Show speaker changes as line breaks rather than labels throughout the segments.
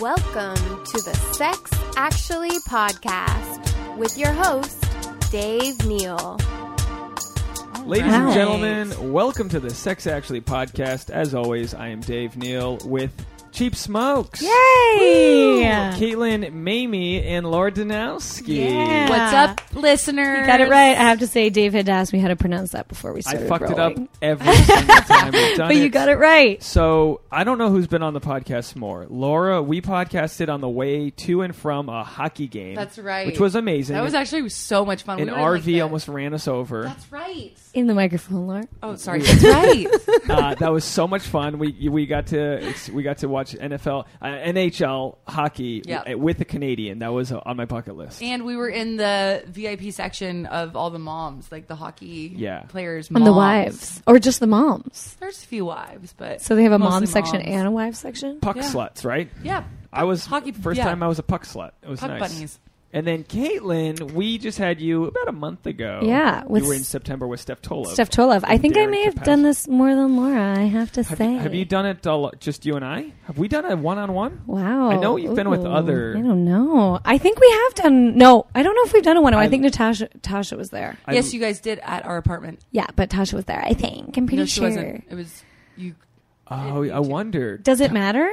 Welcome to the Sex Actually podcast with your host, Dave Neal.
Ladies and
Nice.
gentlemen, welcome to the Sex Actually podcast. As always, I am Dave Neal with Cheap Smokes.
Yay!
Caitlin Mamie and Laura Danowski.
Yeah.
What's up, listeners?
You got it right. I have to say, Dave had asked me how to pronounce that before we
I
started.
fucked it up
rolling.
every single time. We've done
but you got it right.
So I don't know who's been on the podcast more. Laura, we podcasted on the way to and from a hockey game.
That's right.
Which was amazing.
That was actually so much fun.
an
We were, like,
RV
the-
almost ran us over.
That's right.
In the microphone, Laura.
Oh, sorry. That's right.
uh, that was so much fun. We we got to we got to watch NFL uh, NHL hockey
Yeah.
w- with a Canadian. That was uh, on my bucket list.
and we were in the VIP section of all the moms, like the hockey
Yeah.
players,
On the
moms.
wives. Or just the moms.
There's a few wives, but
So they have a
mostly
mom section
moms.
and a wife section?
Puck
Yeah.
sluts, right?
yeah,
I was
Hockey-
first
yeah.
time I was a puck slut. It was
puck
nice.
bunnies.
And then Caitlin, we just had you about a month ago.
Yeah, with
you were in
S-
September with Steph Tolov.
Steph Tolov. I think I
Darren
may have
Kapaz.
done this more than Laura, I have to
Have
say.
you, have you done it all, just you and I? Have we done a one-on-one?
Wow.
I know you've been with
Ooh.
other-
I don't know. I think we have done. No, I don't know if we've done a one. I,
I-
I think Natasha Tasha was there.
I-
yes, you guys did at our apartment.
Yeah, but Tasha was there, I think. I'm pretty
no, she
sure.
wasn't. It was you
Oh, I wondered.
Does it matter?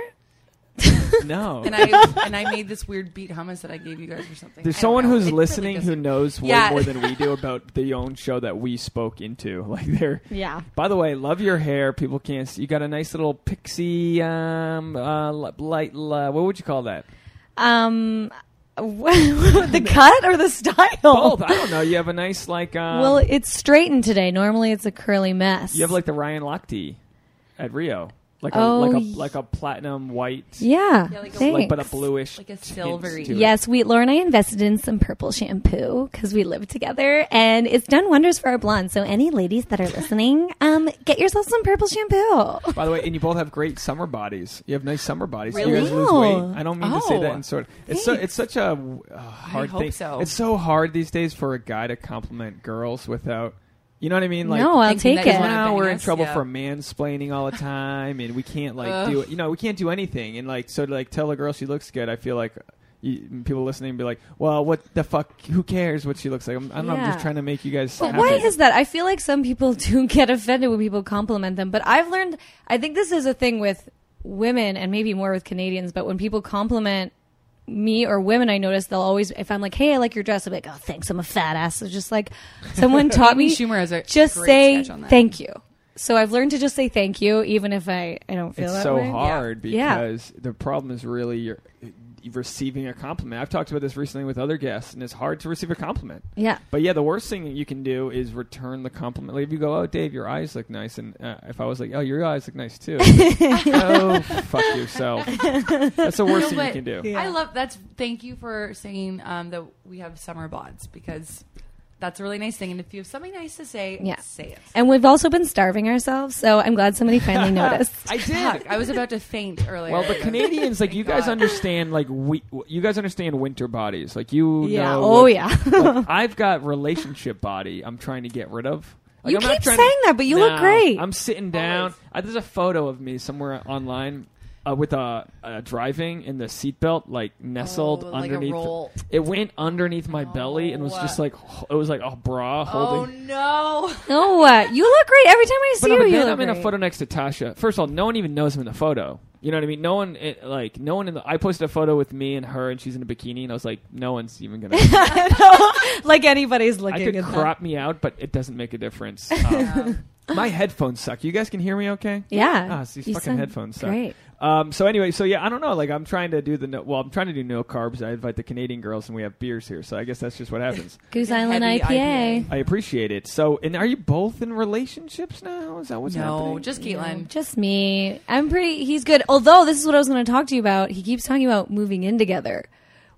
no.
and I and I made this weird beat hummus that I gave you guys or something.
There's
I don't
someone
know.
who's
It really
listening who
doesn't-
knows way
Yeah.
more than we do about the own show that we spoke into. Like they're
Yeah.
By the way, love your hair. People can't. See. You got a nice little pixie, um, uh, li- light. li- what would you call that?
Um, what, the cut or the style?
Both. I don't know. You have a nice like. Um,
Well, it's straightened today. Normally, it's a curly mess.
you have like the Ryan Lochte at Rio, like a,
Oh,
like a
y-
like a platinum white,
yeah,
Yeah, like a-
thanks.
like but a bluish,
Like a
tint
silvery-
to it.
Yes, we Laura and I invested in some purple shampoo because we live together, and it's done wonders for our blonde. So, any ladies that are listening, um, get yourself some purple shampoo.
By the way, and you both have great summer bodies. You have nice summer bodies. You
Really?
guys lose weight. I don't mean to say
Oh.
that in sort. It's so, it's such a uh, hard
hope
thing.
so.
It's so hard these days for a guy to compliment girls without, you know what I mean? Like
no, I'll
thinking
take
that you
it.
wanna
now
bang
we're in
us,
trouble
yeah.
for mansplaining all the time, and we can't like
Ugh.
do it. You know, we can't do anything. And like, so to like tell a girl she looks good, I feel like. You, people listening be like, "Well, what the fuck? Who cares what she looks like?" I'm, I don't know. I'm just
Yeah.
trying to make you guys.
But
happy.
why is that? I feel like some people do get offended when people compliment them, but I've learned I think this is a thing with women and maybe more with Canadians, but when people compliment me or women I notice they'll always if I'm like, Hey, I like your dress, I'll be like, Oh thanks, I'm a fat ass. It's just like someone taught
Amy
me
Schumer has a
just
great
say
sketch on that.
thank you. So I've learned to just say thank you even if I, I don't feel
it's
that
so
way.
hard
Yeah.
because the problem is really you're receiving a compliment. I've talked about this recently with other guests, and it's hard to receive a compliment.
Yeah.
But yeah, the worst thing you can do is return the compliment. Like if you go, "Oh, Dave, your eyes look nice," and uh, if I was like, "Oh, your eyes look nice too," oh, fuck yourself. That's the worst
No,
thing you
but
can do.
I love that's thank you for saying um, that we have summer bonds because that's a really nice thing. And if you have something nice to say,
Yeah.
say it.
And we've also been starving ourselves, so I'm glad somebody finally noticed.
I
Fuck,
did.
I was about to faint earlier.
Well, but Canadians, like
Thank
you guys
God.
understand, like we, you guys understand winter bodies. Like you
Yeah.
know.
Oh
like-
yeah.
like, I've got relationship body. I'm trying to get rid of. Like,
You
I'm not
keep
trying
saying that, but you look
No,
great.
I'm sitting down. I, there's a photo of me somewhere online uh, with a, a driving in the seatbelt, like nestled
Oh, like a
underneath.
roll.
It went underneath my belly and was just like h- it was like a bra
oh
holding.
no,
No, uh, you look great every time I see
But
you.
I'm,
you
then
look
I'm in a
great.
photo next to Tasha. First of all, no one even knows I'm in the photo. You know what I mean? No one it, like no one in the. I posted a photo with me and her, and she's in a bikini, and I was like, no one's even gonna.
like anybody's looking.
I could
at
crop me out, but it doesn't make a difference. Um, my headphones suck. You guys can hear me okay?
That. Yeah.
Ah, it's these
You
fucking
sound
headphones suck.
Great.
Um, so anyway, so yeah, I don't know. Like I'm trying to do the no, well, I'm trying to do no carbs. I invite the Canadian girls, and we have beers here. So I guess that's just what happens.
Goose
The
Island
heavy
IPA.
I appreciate it. So, and are you both in relationships now? Is that what's happening?
no, just Caitlin.
Just me. I'm pretty. He's good. Although this is what I was going to talk to you about. He keeps talking about moving in together,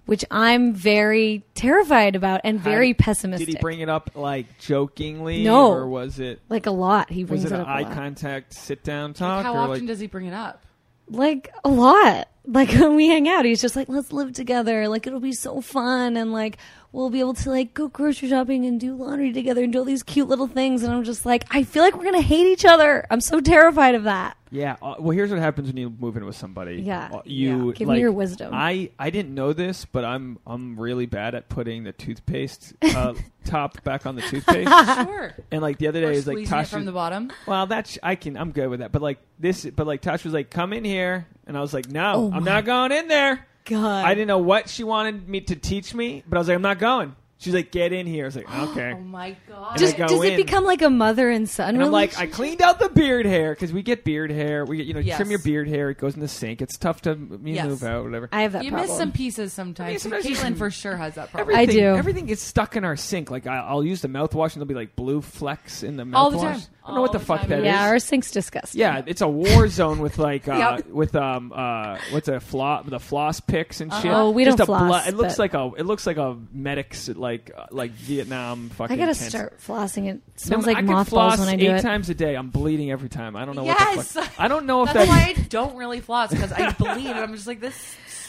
which I'm very terrified about and
How-
very pessimistic.
Did he bring it up like jokingly?
No.
or was it
like a lot. He brings
was it
it
an
up
eye
a lot.
contact sit down
Like,
talk
how
or
often
like
does he bring it up?
Like a lot. like when we hang out, he's just like, let's live together. Like it'll be so fun, and like we'll be able to like go grocery shopping and do laundry together and do all these cute little things. And I'm just like, I feel like we're gonna hate each other. I'm so terrified of that.
Yeah. Uh, well, here's what happens when you move in with somebody.
Yeah.
Uh, You
Yeah. Give me
like,
your wisdom.
I I didn't know this, but I'm I'm really bad at putting the toothpaste uh, top back on the toothpaste.
Sure.
And like the other day,
Or
is like
squeezing it
Tasha.
from the bottom. Oh
well, that's I can I'm good with that. But like this, but like Tasha was like, "Come in here," and I was like, "No,
Oh
I'm
my
not going in there."
God,
I didn't know what she wanted me to teach me, but I was like, "I'm not going." She's like, "Get in here." I was like, "Okay."
Oh my god.
Just-
Does,
I go
does it
in.
become like a mother and son?
And I'm like, I
relationship?
cleaned out the beard hair because we get beard hair. We get you know
Yes.
trim your beard hair. It goes in the sink. It's tough to you
Yes.
move out whatever.
I have that.
you
problem.
miss some pieces sometimes.
I mean, sometimes you-
Caitlin for sure has that problem.
Everything,
do.
Everything gets stuck in our sink. Like I, I'll use the mouthwash and there'll be like blue flecks in the mouthwash.
All the time.
I don't know what
All
the
the
fuck
time.
that is.
yeah, our sink's disgusting.
Yeah, it's a war zone with like uh,
Yep.
with um uh what's a floss the floss picks and shit.
Uh-huh. Oh, we
Just
don't
a blo-
floss,
it looks like
but-
a it looks like a medics like uh, like Vietnam fucking.
I gotta
tent.
start flossing. It
No,
smells
I
like
can
mothballs
floss
when I do
eight
it.
times a day. I'm bleeding every time. I don't know what
Yes.
the fuck. I don't know if
That's why I don't really floss because I bleed and I'm just like this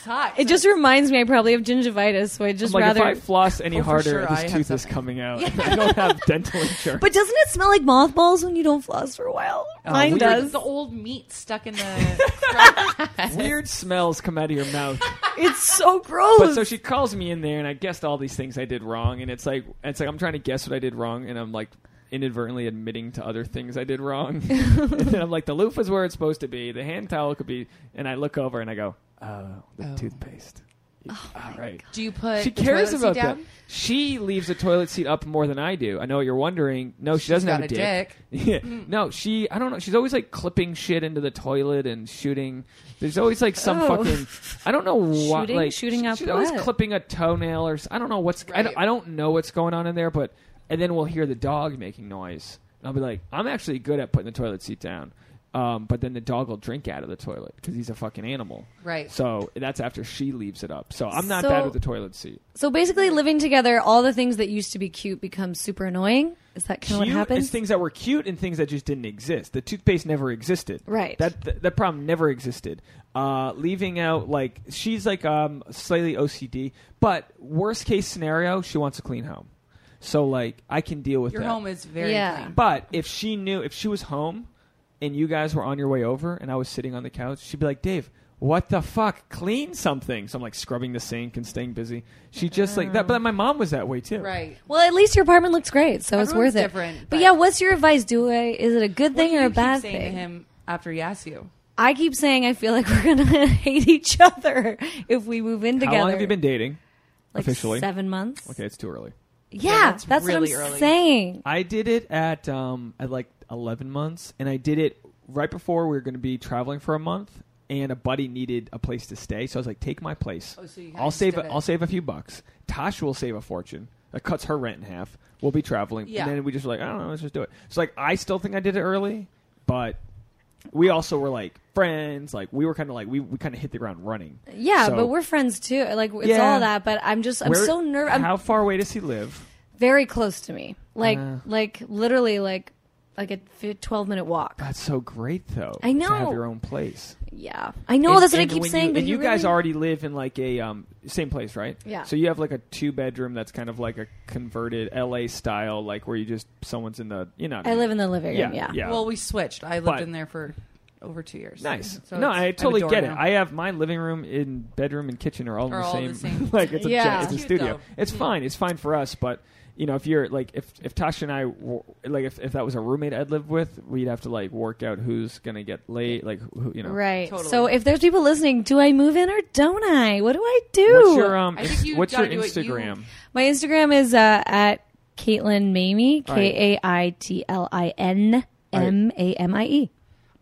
sucks.
It just reminds me I probably have gingivitis, so I just
I'm like
rather.
if I floss any
Oh, for
harder,
sure,
this
I have
tooth is
something.
coming out. I don't have dental insurance.
But doesn't it smell like mothballs when you don't floss for a while? Mine
weird.
does.
the old meat stuck in the.
Weird smells come out of your mouth.
It's so gross.
But so she calls me in there, and I guessed all these things I did wrong, and it's like it's like I'm trying to guess what I did wrong, and I'm like inadvertently admitting to other things I did wrong. and then I'm like, the loofah's where it's supposed to be, the hand towel could be, and I look over and I go, oh, the toothpaste.
Oh
all right.
Do you put?
She
the
cares
toilet
about
seat
that.
down?
She leaves the toilet seat up more than I do. I know what you're wondering. No, she
She's
doesn't
got
have
a dick.
Yeah. No, she. I don't know. She's always like clipping shit into the toilet and shooting. There's always like some
Oh.
fucking. I don't know what.
Shooting?
like
Shooting
she-
up
She's always
what?
clipping a toenail or. s- I don't know what's. I, don't,
Right.
I don't know what's going on in there, but and then we'll hear the dog making noise, and I'll be like, I'm actually good at putting the toilet seat down. Um, but then the dog will drink out of the toilet because he's a fucking animal.
Right.
So that's after she leaves it up. So I'm not
So-
bad with the toilet seat.
So basically, living together, all the things that used to be cute become super annoying. Is that kind of what
cute- It's
happens?
things that were cute and things that just didn't exist. The toothpaste never existed.
Right.
That th- that problem never existed. Uh, leaving out like she's like um, slightly OCD, but worst case scenario, she wants a clean home. So like I can deal with
Your
that.
home is very
Yeah.
clean.
But if she knew, if she was home and you guys were on your way over and I was sitting on the couch, she'd be like, Dave, what the fuck? Clean something. So I'm like scrubbing the sink and staying busy. She just like that. But my mom was that way too.
Oh. Right.
well, at least your apartment looks great, so
Everyone's
it's worth it.
different,
but,
but-
yeah, what's your advice? Do I is it a good
What
thing
do
or
you
a
keep
bad
saying to
thing?
him after he asks you.
I keep saying I feel like we're gonna hate each other if we move in together.
How long have you been dating?
like
officially?
seven months?
Okay, it's too early.
Yeah, that's,
that's really
what I'm
early.
saying.
I did it at um at like eleven months, and I did it right before we were going to be traveling for a month. And a buddy needed a place to stay, so I was like, "Take my place.
Oh, so you kinda
I'll
just
save.
did
A,
it.
I'll save a few bucks. Tasha will save a fortune. That cuts her rent in half. We'll be traveling,
Yeah.
and then we just were like, I don't know, let's just do it. So like, I still think I did it early, but we also were like friends. Like we were kind of like we, we kind of hit the ground running.
Yeah,
So
but we're friends too. Like it's
Yeah.
all that, but I'm just I'm
where-
so nervous. I'm
How far away does he live?
very close to me. Like
Uh.
like literally like like a fi- 12 minute walk.
That's so great, though.
I
to have
know.
your own place.
Yeah. I know
And-
that's what I
and
keep
when
saying
You,
but
and
you
you guys
really-
already live in like a um, same place, right?
Yeah.
So you have like a two bedroom that's kind of like a converted LA style, like where you just someone's in the you know. what
I live in the living
yeah,
room, yeah.
yeah.
Well, we switched. I lived
But-
in there for over two years.
nice.
So
no,
it's-
I
have a
totally
door
get it.
now.
I have my living room and bedroom and kitchen are all in
Are
the
all
same.
the same.
like it's
Yeah.
a it's a
Cute,
studio.
though.
It's
Mm.
fine. It's fine for us, but. You know, if you're like, if if Tasha and I, were, like, if, if that was a roommate I'd live with, we'd have to like work out who's gonna get late, like, who, you know,
Right.
Totally.
So if there's people listening, do I move in or don't I? What do I do?
What's your um?
I think
ins-
you
what's your
gotta do what you-
Instagram?
My Instagram is uh, at Caitlin Mamie,
All right.
K A I T L I N M A M I E.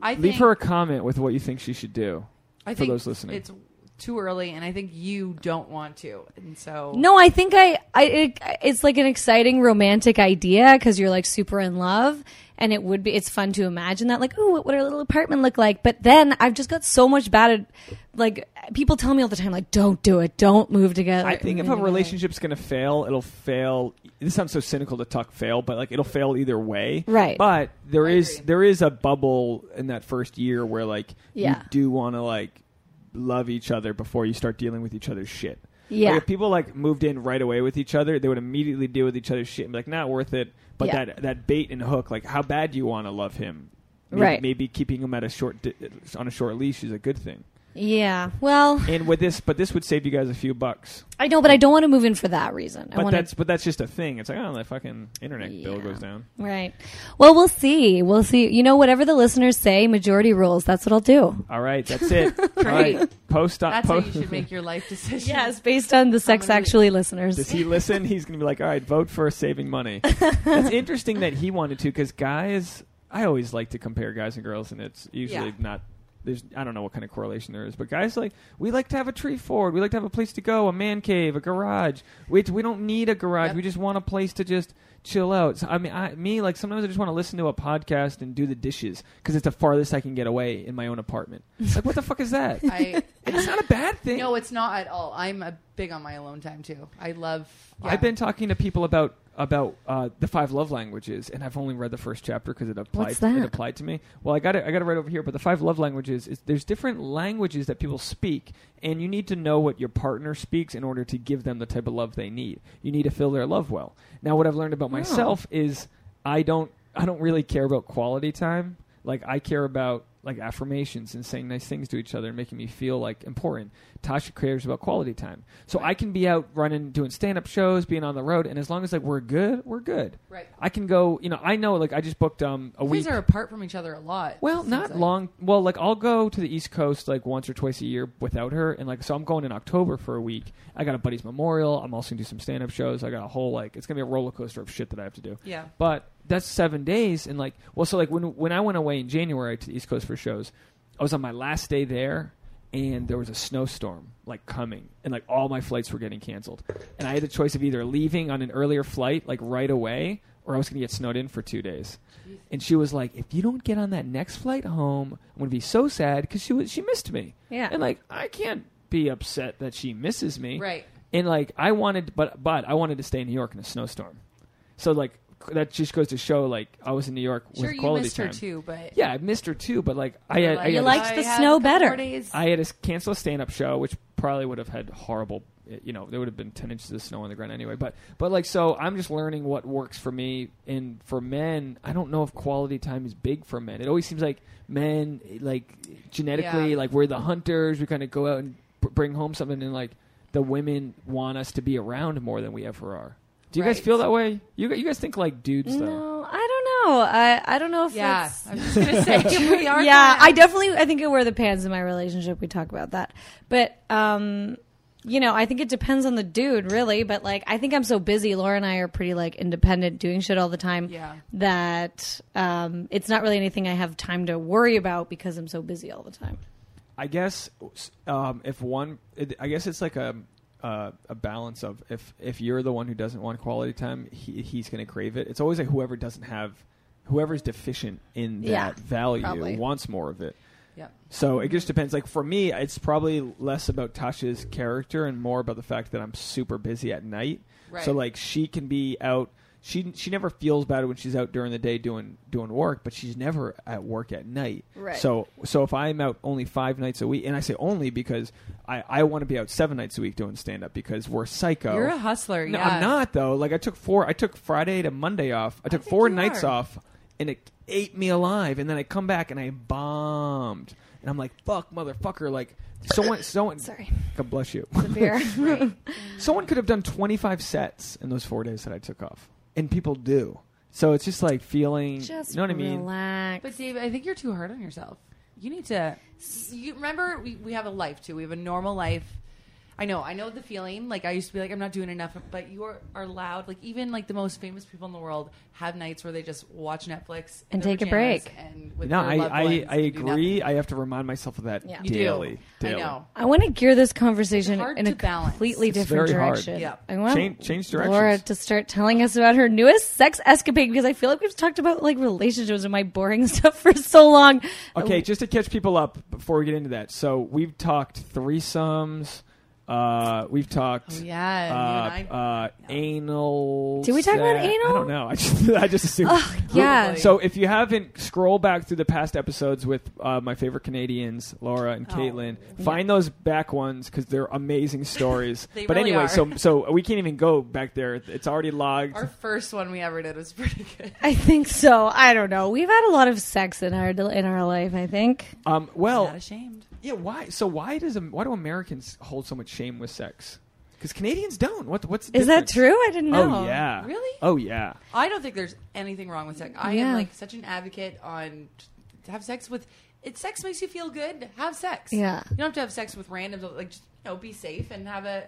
I think,
Leave her a comment with what you think she should do.
I
for
think
those listening.
It's too early, and I think you don't want to. And so
No, I think I, I it, it's like an exciting romantic idea because you're like super in love, and it would be it's fun to imagine that like oh what would our little apartment look like? But then I've just got so much bad at like people tell me all the time like don't do it, don't move together.
I think if a relationship's going to fail, it'll fail. This sounds so cynical to talk fail, but like it'll fail either way.
Right.
But there
I
is
agree.
there is a bubble in that first year where like
Yeah.
you do want to like love each other before you start dealing with each other's shit.
Yeah.
Like if people like moved in right away with each other, they would immediately deal with each other's shit and be like, not worth it. But
Yeah.
that that bait and hook, like how bad do you want to love him? Maybe,
Right.
Maybe keeping him at a short di- on a short leash is a good thing.
yeah. Well,
And with this, but this would save you guys a few bucks.
I know, but I don't want to move in for that reason. I
But
want
that's but that's just a thing. It's like oh, the fucking internet bill
Yeah.
goes down.
Right. Well, we'll see. We'll see. You know, whatever the listeners say, majority rules. That's what I'll do.
All right, that's it. All right, post on.
That's how
post-
you should make your life decisions.
Yes, based on the sex actually listeners.
Does he listen? He's going to be like, all right, vote for saving money. That's interesting that he wanted to because guys, I always like to compare guys and girls, and it's usually
Yeah.
not. There's, I don't know what kind of correlation there is, but guys like we like to have a tree fort, we like to have a place to go, a man cave, a garage. We we don't need a garage.
Yep.
We just want a place to just chill out. So, I mean, I, me like sometimes I just want to listen to a podcast and do the dishes because it's the farthest I can get away in my own apartment. like what the fuck is that?
I
it's not a bad thing.
no, it's not at all. I'm a big on my alone time too. I love. yeah.
I've been talking to people about about uh, the five love languages, and I've only read the first chapter because it applied.
What's that?
It applied to me. Well, I got it. I got it right over here. But the five love languages is there's different languages that people speak, and you need to know what your partner speaks in order to give them the type of love they need. You need to fill their love well. Now, what I've learned
Oh.
about myself is I don't I don't really care about quality time. Like I care about like affirmations and saying nice things to each other and making me feel like important. Tasha cares about quality time. So I can be out running doing stand up shows, being on the road, and as long as like we're good, we're good.
Right.
I can go you know, I know like I just booked um a
You
week
guys are apart from each other a lot.
well,
it seems
not
like.
long. Well, like I'll go to the East Coast like once or twice a year without her, and like so I'm going in October for a week. I got a buddy's memorial. I'm also gonna do some stand up shows. I got a whole like it's gonna be a roller coaster of shit that I have to do.
Yeah.
But that's seven days, and like well, so like when when I went away in January to the East Coast for shows, I was on my last day there. And there was a snowstorm like coming, and like all my flights were getting canceled. And I had the choice of either leaving on an earlier flight, like right away, or I was going to get snowed in for two days. And she was like, "If you don't get on that next flight home, I'm going to be so sad because she was she missed me."
Yeah.
and like I can't be upset that she misses me.
Right.
And like I wanted, but but I wanted to stay in New York in a snowstorm. So like that just goes to show like I was in New York
Sure,
with
you
quality
missed
time.
her too, but
Yeah, I missed her too, but like I had, I
You
had
liked
I
the
had
snow
a couple
better.
more days.
I had to s- cancel a stand-up show, which probably would have had horrible. eh, You know, there would have been ten inches of snow on the ground anyway. But but like so, I'm just learning what works for me and for men. I don't know if quality time is big for men. It always seems like men, eh, like genetically,
Yeah.
like we're the hunters. We kind of go out and b- bring home something, and like the women want us to be around more than we ever are. Do you guys
Right.
feel that way? You gu- you guys think like dudes though?
No, I don't know. I, I don't know if
yeah.
it's-
I'm just gonna say we are.
yeah,
not-
I definitely I think I wear the pants in my relationship. We talk about that. But um you know, I think it depends on the dude, really, but like I think I'm so busy. Laura and I are pretty like independent doing shit all the time
Yeah.
that um it's not really anything I have time to worry about because I'm so busy all the time.
I guess um, if one, it, I guess it's like a uh, a balance of if if you're the one who doesn't want quality time, he, he's going to crave it. It's always like whoever doesn't have, whoever's deficient in that
Yeah,
value
probably.
wants more of it.
Yeah.
So it just depends. Like for me, it's probably less about Tasha's character and more about the fact that I'm super busy at night.
Right.
So like she can be out. She she never feels bad when she's out during the day doing doing work, but she's never at work at night.
Right.
So so if I'm out only five nights a week, and I say only because I I want to be out seven nights a week doing stand up because we're psycho.
You're a hustler.
No,
yeah.
I'm not though. Like I took four. I took Friday to Monday off. I took
think
four
you
nights
are.
off, and it ate me alive. And then I come back and I bombed. And I'm like, fuck, motherfucker. Like someone, someone.
Sorry.
God bless you.
The beer.
someone could have done 25 sets in those four days that I took off, and people do. So it's just like feeling.
Just
you know what I mean?
relax.
But Dave, I think you're too hard on yourself. You need to. You remember we, we have a life too. We have a normal life. I know. I know the feeling. Like I used to be like I'm not doing enough, but you are, are allowed. Like even like the most famous people in the world have nights where they just watch Netflix
And
in their
take a
pajamas
break.
And with
No,
their
I
loved
I,
ones
I
and do
agree.
nothing.
I have to remind myself of that
Yeah.
You do.
daily.
I
daily.
know.
I want to gear this conversation
hard
in a
to balance.
completely
It's
different
very hard.
direction.
Yeah.
I want
Change- change
Laura
directions.
to start telling us about her newest sex escapade because I feel like we've talked about like relationships and my boring stuff for so long.
Oh.
Uh,
Okay, just to catch people up before we get into that. So we've talked threesomes, Uh, we've talked.
Oh, yeah, you and
Uh, uh, anal.
Did we talk about
sex- I
anal?
don't know. I just, I just assumed.
yeah.
Probably.
So if you haven't, scroll back through the past episodes with uh, my favorite Canadians, Laura and
Oh.
Caitlin. Find those back ones because they're amazing stories.
They
but
really
anyway,
are.
so so we can't even go back there. It's already logged.
Our first one we ever did was pretty good.
I think so. I don't know. We've had a lot of sex in our in our life. I think
Um, well,
Not ashamed.
yeah. Why? So why does Am- why do Americans hold so much shame with sex? Because Canadians don't. What what's the
is that
difference?
true? I didn't know.
Oh yeah.
Really?
Oh yeah.
I don't think there's anything wrong with sex. I am
Yeah.
like such an advocate on to have sex with. It sex makes you feel good. Have sex.
Yeah.
You don't have to have sex with randoms. Like just you know, be safe and have a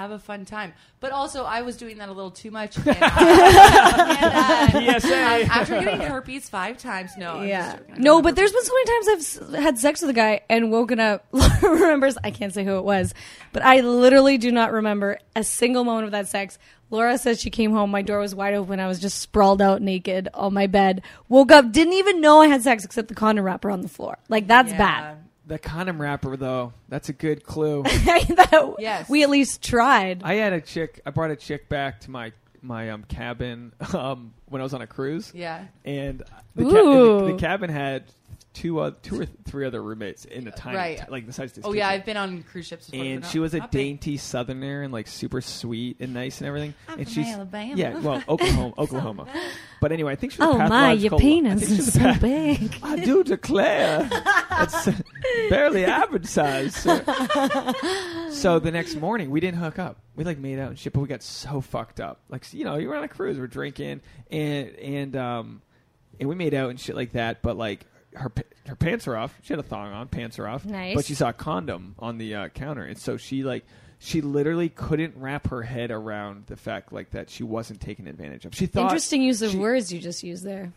have a fun time. But also, I was doing that a little too much. And, uh, and, uh,
PSA.
um, after getting herpes five times, no. I'm
Yeah.
just joking. I don't
No,
have
but there's been
herpes.
so many times I've s- had sex with a guy and woken up. Laura remembers, I can't say who it was, but I literally do not remember a single moment of that sex. Laura says she came home, my door was wide open, I was just sprawled out naked on my bed, woke up, didn't even know I had sex except the condom wrapper on the floor. Like, that's
Yeah.
bad.
The condom wrapper though. That's a good clue.
That-
Yes.
We at least tried.
I had a chick. I brought a chick back to my my um, cabin um, when I was on a cruise.
Yeah.
and the, ca- and the,
Ooh.
the cabin had two uh, two or three other roommates in a tiny
Right.
t- like the size of this
Oh yeah,
kitchen.
I've been on cruise ships. before. They're
and
not-
she was a
not big.
dainty southerner and like super sweet and nice and everything.
I'm
and
from
she's
Alabama.
yeah, well, Oklahoma, Oklahoma. But anyway, I think she was
oh
a
my, your
pathological- I
penis
think she
is
was a
so
path-
big.
I do declare, it's barely average size. Sir. so the next morning, we didn't hook up. We like made out and shit, but we got so fucked up. Like you know, you were on a cruise, we're drinking, and and um, and we made out and shit like that. But like her pa- her pants are off. She had a thong on, pants are off.
Nice.
But she saw a condom on the uh, counter, and so she like. She literally couldn't wrap her head around the fact like that she wasn't taken advantage of. She thought
Interesting use of
she-
words you just used there.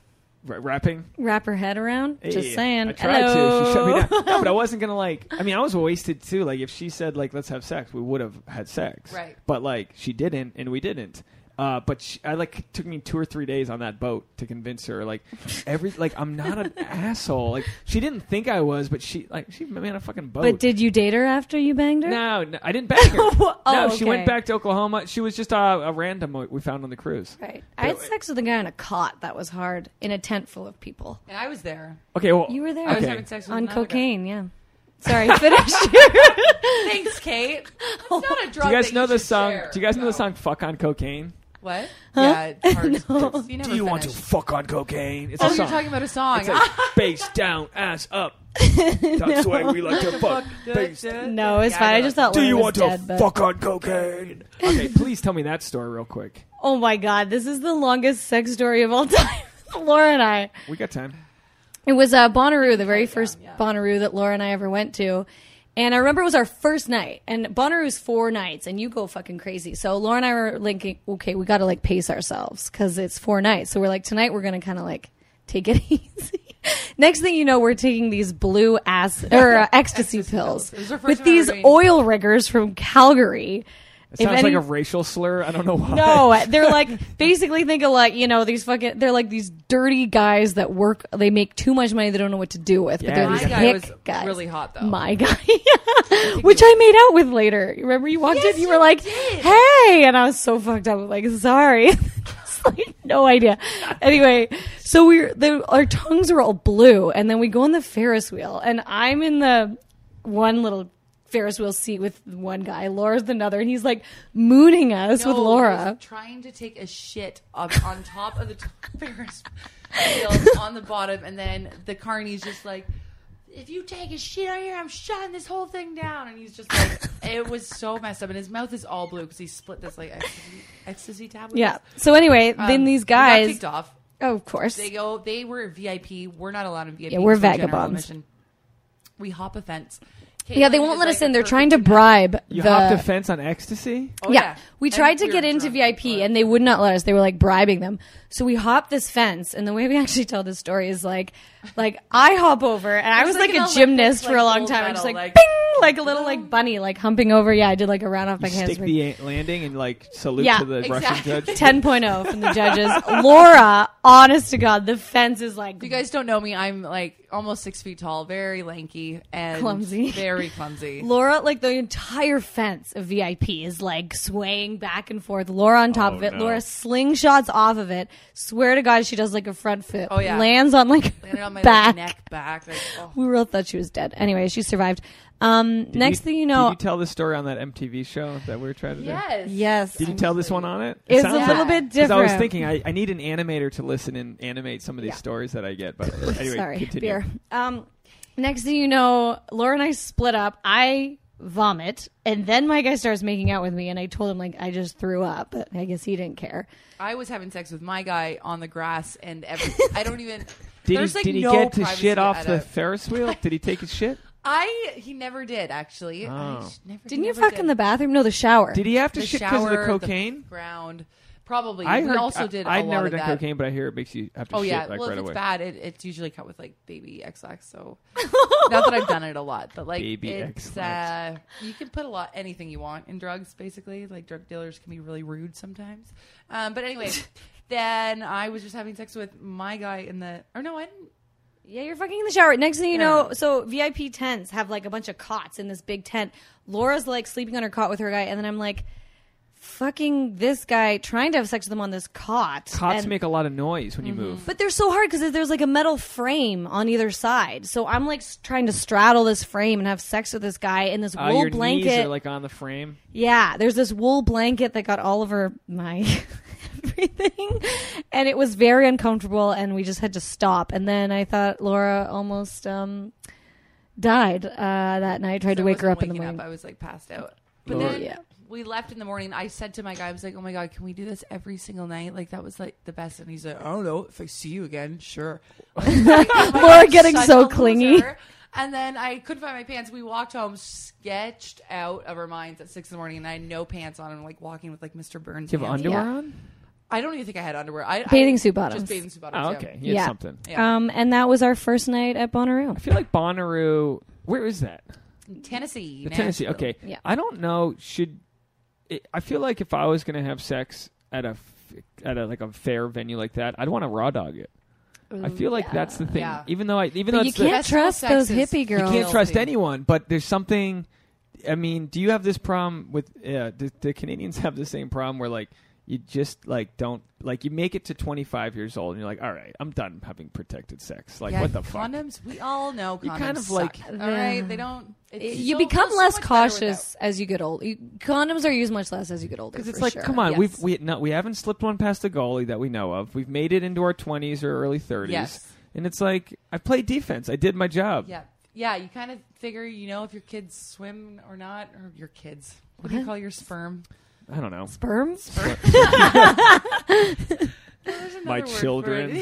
Ra- wrapping
Wrap her head around?
Hey,
just saying.
I tried
Hello.
to. She shut me down. No, but I wasn't gonna like. I mean, I was wasted too. Like, if she said like let's have sex, we would have had sex.
Right.
But like she didn't, and we didn't. Uh, but she, I like it took me two or three days on that boat to convince her. Like every like I'm not an asshole. Like she didn't think I was, but she like she met me on a fucking boat.
But did you date her after you banged her?
Oh. no, no, I didn't bang her.
Oh,
no, she went
okay.
back to Oklahoma. She was just uh, a random we found on the cruise.
Right. I had sex with a guy on a cot that was hard in a tent full of people.
And I was there.
Okay, well
You were there.
I was
Okay.
having sex with
on
another guy.
cocaine, yeah. Sorry, finish your-
Thanks, Kate. It's not a
Do
drug.
you guys
that
know the
should
song?
share.
Do you guys know the
No.
song "Fuck on Cocaine"?
What? Yeah, it's hard. It's- You never
Do you want to
finish.
fuck on cocaine? It's
Oh,
a
you're
song.
talking about a song.
It's
Ah.
like face down, ass up. That's the way we like to fuck. Face-
No, it's fine. I just thought
Do
Laura
you
was
want
dead,
to
but-
fuck on cocaine? Okay, please tell me that story real quick.
Oh my god, this is the longest sex story of all time. Laura and I.
We got time.
It was uh, Bonnaroo, the very first
um, yeah.
Bonnaroo that Laura and I ever went to. And I remember it was our first night. And Bonnaroo's four nights, and you go fucking crazy. So Laura and I were linking, okay, we got to like pace ourselves because it's four nights. So we're like, tonight we're going to kind of like take it easy. Next thing you know, we're taking these blue ass or uh, ecstasy, pills
It was our first
with
time ever
these
doing-
oil riggers from Calgary.
It
If
sounds
any-
like a racial slur. I don't know why.
no, they're like basically think of like you know these fucking they're like these dirty guys that work. They make too much money. They don't know what to do with. But they're
Yeah.
these
My guy
hick
was
guys.
really hot, though.
My guy, which I made out with later. You Remember you walked
Yes,
in, you
you
were like,
did.
"Hey," and I was so fucked up. I'm like, sorry. It's like, no idea. Anyway, so we are the, our tongues are all blue, and then we go on the Ferris wheel, and I'm in the one little Ferris wheel seat with one guy, Laura's the another, and he's like mooning us
No,
with
he was
Laura.
trying to take a shit up on top of the t- Ferris wheel on the bottom, and then the carney's just like, "If you take a shit out here, I'm shutting this whole thing down." And he's just like, "It was so messed up," and his mouth is all blue because he split this like ecstasy, ecstasy tablet.
Yeah. So anyway,
Um,
then these
we got
guys,
kicked off.
oh, of course,
They go. They were VIP. We're not allowed in VIP.
Yeah, we're
It's a general
vagabonds.
admission. We hop a fence.
yeah, they
Caitlin
won't
is
let
like
us
the
in. They're
perfect
trying to
example.
bribe
You
the.
hopped a fence on ecstasy.
Oh,
yeah. we
And
tried to
we
get
were
into
drunk.
VIP, and they would not let us. They were like bribing them. So we hopped this fence, and the way we actually tell this story is like, like I hop over, and I
It's
was like,
like an
a
Olympic,
gymnast for
like,
a long
gold
time, and just like,
medal, like-
bing, like a little like bunny, like humping over. Yeah, I did like a round off my
You
hands.
stick the a- landing and like salute
Yeah,
to the Russian
exactly.
judge.
10.0 from the judges. Laura, honest to God, the fence is like
If you guys don't know me, I'm like almost six feet tall, very lanky and
Clumsy.
very clumsy.
Laura, like the entire fence of VIP is like swaying back and forth. Laura on top
Oh,
of it.
no.
Laura slingshots off of it. Swear to God, she does like a front flip.
Oh, yeah.
Lands on like
Landed on my like,
back.
neck, back. Like, oh.
We all thought she was dead. Anyway, she survived. Um,
Did
next thing you know,
did you tell this story on that MTV show that we were trying to do?
Yes.
yes,
Did you tell this one on it?
it's a
sounds
little
like-
bit
'cause
different.
I was thinking I, I need an animator to listen and animate some of these
Yeah.
stories that I get. But anyway,
Sorry,
continue.
beer. Um, next thing you know, Laura and I split up. I vomit, and then my guy starts making out with me, and I told him like I just threw up. But I guess he didn't care.
I was having sex with my guy on the grass and every, I don't even.
Did
there's
he,
like
did he
no
get to
privacy
shit off
at
the
a-
Ferris wheel? Did he take his shit?
I he never did actually. I
Oh.
sh- never,
Didn't you
never
fuck
did.
in the bathroom? No, the shower.
Did he have to
The
shit because
shower,
of the cocaine?
ground? Probably.
I
we
heard.
also did.
I,
a
I'd
lot
never
of
done
that.
cocaine, but I hear it makes you have to
Oh
shit
yeah.
like
well,
right
if it's
away.
bad, it, it's usually cut with like baby XX. So not that I've done it a lot, but like
Baby
it's
XX.
uh, you can put a lot anything you want in drugs. Basically, like drug dealers can be really rude sometimes. Um, but anyway, then I was just having sex with my guy in the. Or no, I didn't.
Yeah, you're fucking in the shower. Next thing you
Yeah.
know, so VIP tents have like a bunch of cots in this big tent. Laura's like sleeping on her cot with her guy, and then I'm like, fucking this guy, trying to have sex with him on this cot.
Cots
And- Mm-hmm.
make a lot of noise when you move.
But they're so hard because there's like a metal frame on either side. So I'm like s- trying to straddle this frame and have sex with this guy in this
Uh,
wool
your knees
blanket.
are like on the frame.
yeah, there's this wool blanket that got all over my everything. And it was very uncomfortable and we just had to stop. And then I thought Laura almost um, died uh, that night. I tried to
I
wake her
wasn't
up in the
waking
morning.
I was like passed out. But
Lord.
then
Yeah.
we left in the morning. I said to my guy, I was like, "Oh my god, can we do this every single night? Like that was like the best." And he's like, "I don't know if I see you again, sure." Like, oh my
Laura
God,
getting
such
so
a
clingy.
loser. And then I couldn't find my pants. We walked home, sketched out of our minds at six in the morning, and I had no pants on. I'm like walking with like Mr. Burns.
Do you have
hands.
underwear
Yeah.
on?
I don't even think I had underwear. I
Bathing
I,
suit bottoms.
Just bathing suit bottoms.
Oh,
yeah.
okay. Yeah,
Yeah.
something.
Yeah.
Um, and that was our first night at Bonnaroo.
I feel like Bonnaroo. Where is that?
Um,
Tennessee.
The Tennessee.
Nashville.
Okay.
Yeah.
I don't know. Should it, I feel like if I was gonna have sex at a f- at a like a fair venue like that, I'd want to raw dog it. I feel like that's the thing.
Yeah.
Even though I even though
Mm, But you
it's the-
can't
Festival
trust
sex
those
is-
hippie
You
you
girls.
can't trust
Guilty.
anyone, but there's something. I mean, do you have this problem with? Uh, do, do Canadians have the same problem where like you just like don't like you make it to 25 years old and you're like, all right, I'm done having protected sex. Like
Yeah,
what the fuck?
Condoms. We all know condoms.
You kind of
suck,
like-
all
Yeah.
right. They don't. it's
you
so-
become
so
less
much better without.
cautious as you get old. You, condoms are used much less as you get older.
Because it's
for
like,
sure.
come on,
Yes.
we've we no, we haven't slipped one past the goalie that we know of. We've made it into our 20s or early 30s,
Yes.
and it's like I played defense. I did my job.
Yeah, yeah. You kind of figure you know if your kids swim or not, or your kids. What
Uh-huh.
do you call your sperm?
I don't know.
sperm.
There's another
My
word for it.
children.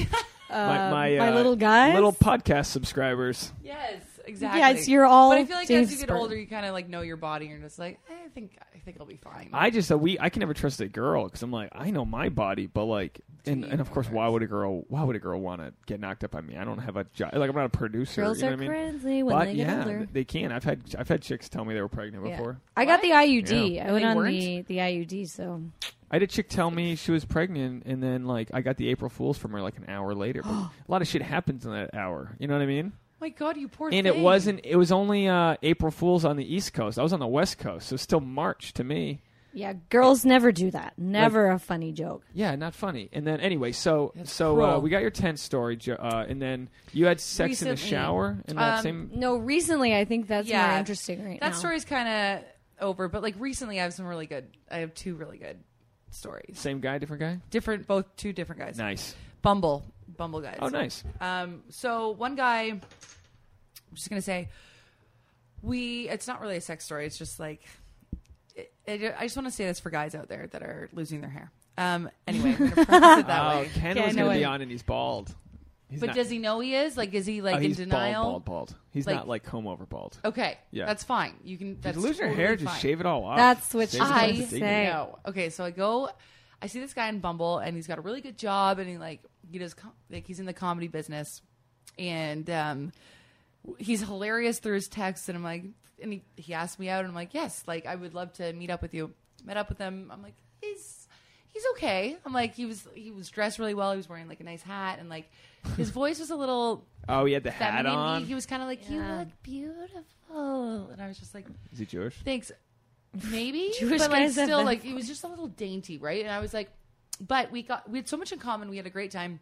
my my,
my
uh,
little guys?
little podcast subscribers.
yes, exactly.
Yes, you're all
But I feel like
Dave's
as you get
sperm.
older, you kind of like know your body, and you're just like, "Eh, I think I think I'll be fine.
I just uh, we I can never trust a girl because I'm like I know my body, but like and, and of course why would a girl why would a girl want to get knocked up by me? I don't have a job like I'm not a producer.
Girls
you know what
are
I mean?
crazy when
But
they get
yeah,
older.
they can. I've had I've had chicks tell me they were pregnant
Yeah.
before.
I got the IUD.
Yeah.
I went
they
on
weren't?
the, the IUD. So
I had a chick tell me she was pregnant, and then like I got the April Fools from her like an hour later. But a lot of shit happens in that hour. You know what I mean?
my God, you poor.
And it
thing.
wasn't. It was only uh, April Fools on the East Coast. I was on the West Coast, so still March to me.
yeah, girls never do that. Never a funny joke.
Yeah, not funny. And then anyway, so so uh,
cruel.
we got your tent story, Jo- uh, and then you had sex in the
Recently.
shower in that
Um,
same.
No, recently I think that's
Yeah.
more interesting right
That
now.
story's kind of over, but like recently, I have some really good. I have two really good stories.
Same guy, different guy.
Different, both two different guys.
Nice.
Bumble, Bumble guys.
Oh, nice.
Um, so one guy, I'm just gonna say, we. It's not really a sex story. It's just like, it, it, I just want to say this for guys out there that are losing their hair. Um, anyway, I'm gonna preface it that
oh,
way.
Ken
Yeah,
was
no
going to be
way.
on, and he's bald. He's
But
not-
does he know he is? Like, is he like
oh,
in
he's
denial?
Bald, bald, bald. He's
Like-
not like comb over bald.
Okay,
Yeah.
that's fine. You can. That's
If you lose your
totally
hair, just
fine.
shave it all off.
That's what
Save
she
it
was
for
I
gonna
dignity.
say.
know. Okay, so I go, I see this guy in Bumble, and he's got a really good job, and he like he does com- like he's in the comedy business, and um, w- he's hilarious through his texts, and I'm like, and he he asked me out, and I'm like, yes, like I would love to meet up with you. Met up with him. I'm like, he's he's okay. I'm like, he was he was dressed really well. He was wearing like a nice hat and like his voice was a little
Oh, he had the hat
feminine-y.
on.
He was kind of like, you
Yeah.
look beautiful, and I was just like,
Is he Jewish?
thanks. Maybe
Jewish
but like
guys have
still
that
like it was just a little dainty, right? And I was like, but we got we had so much in common. We had a great time.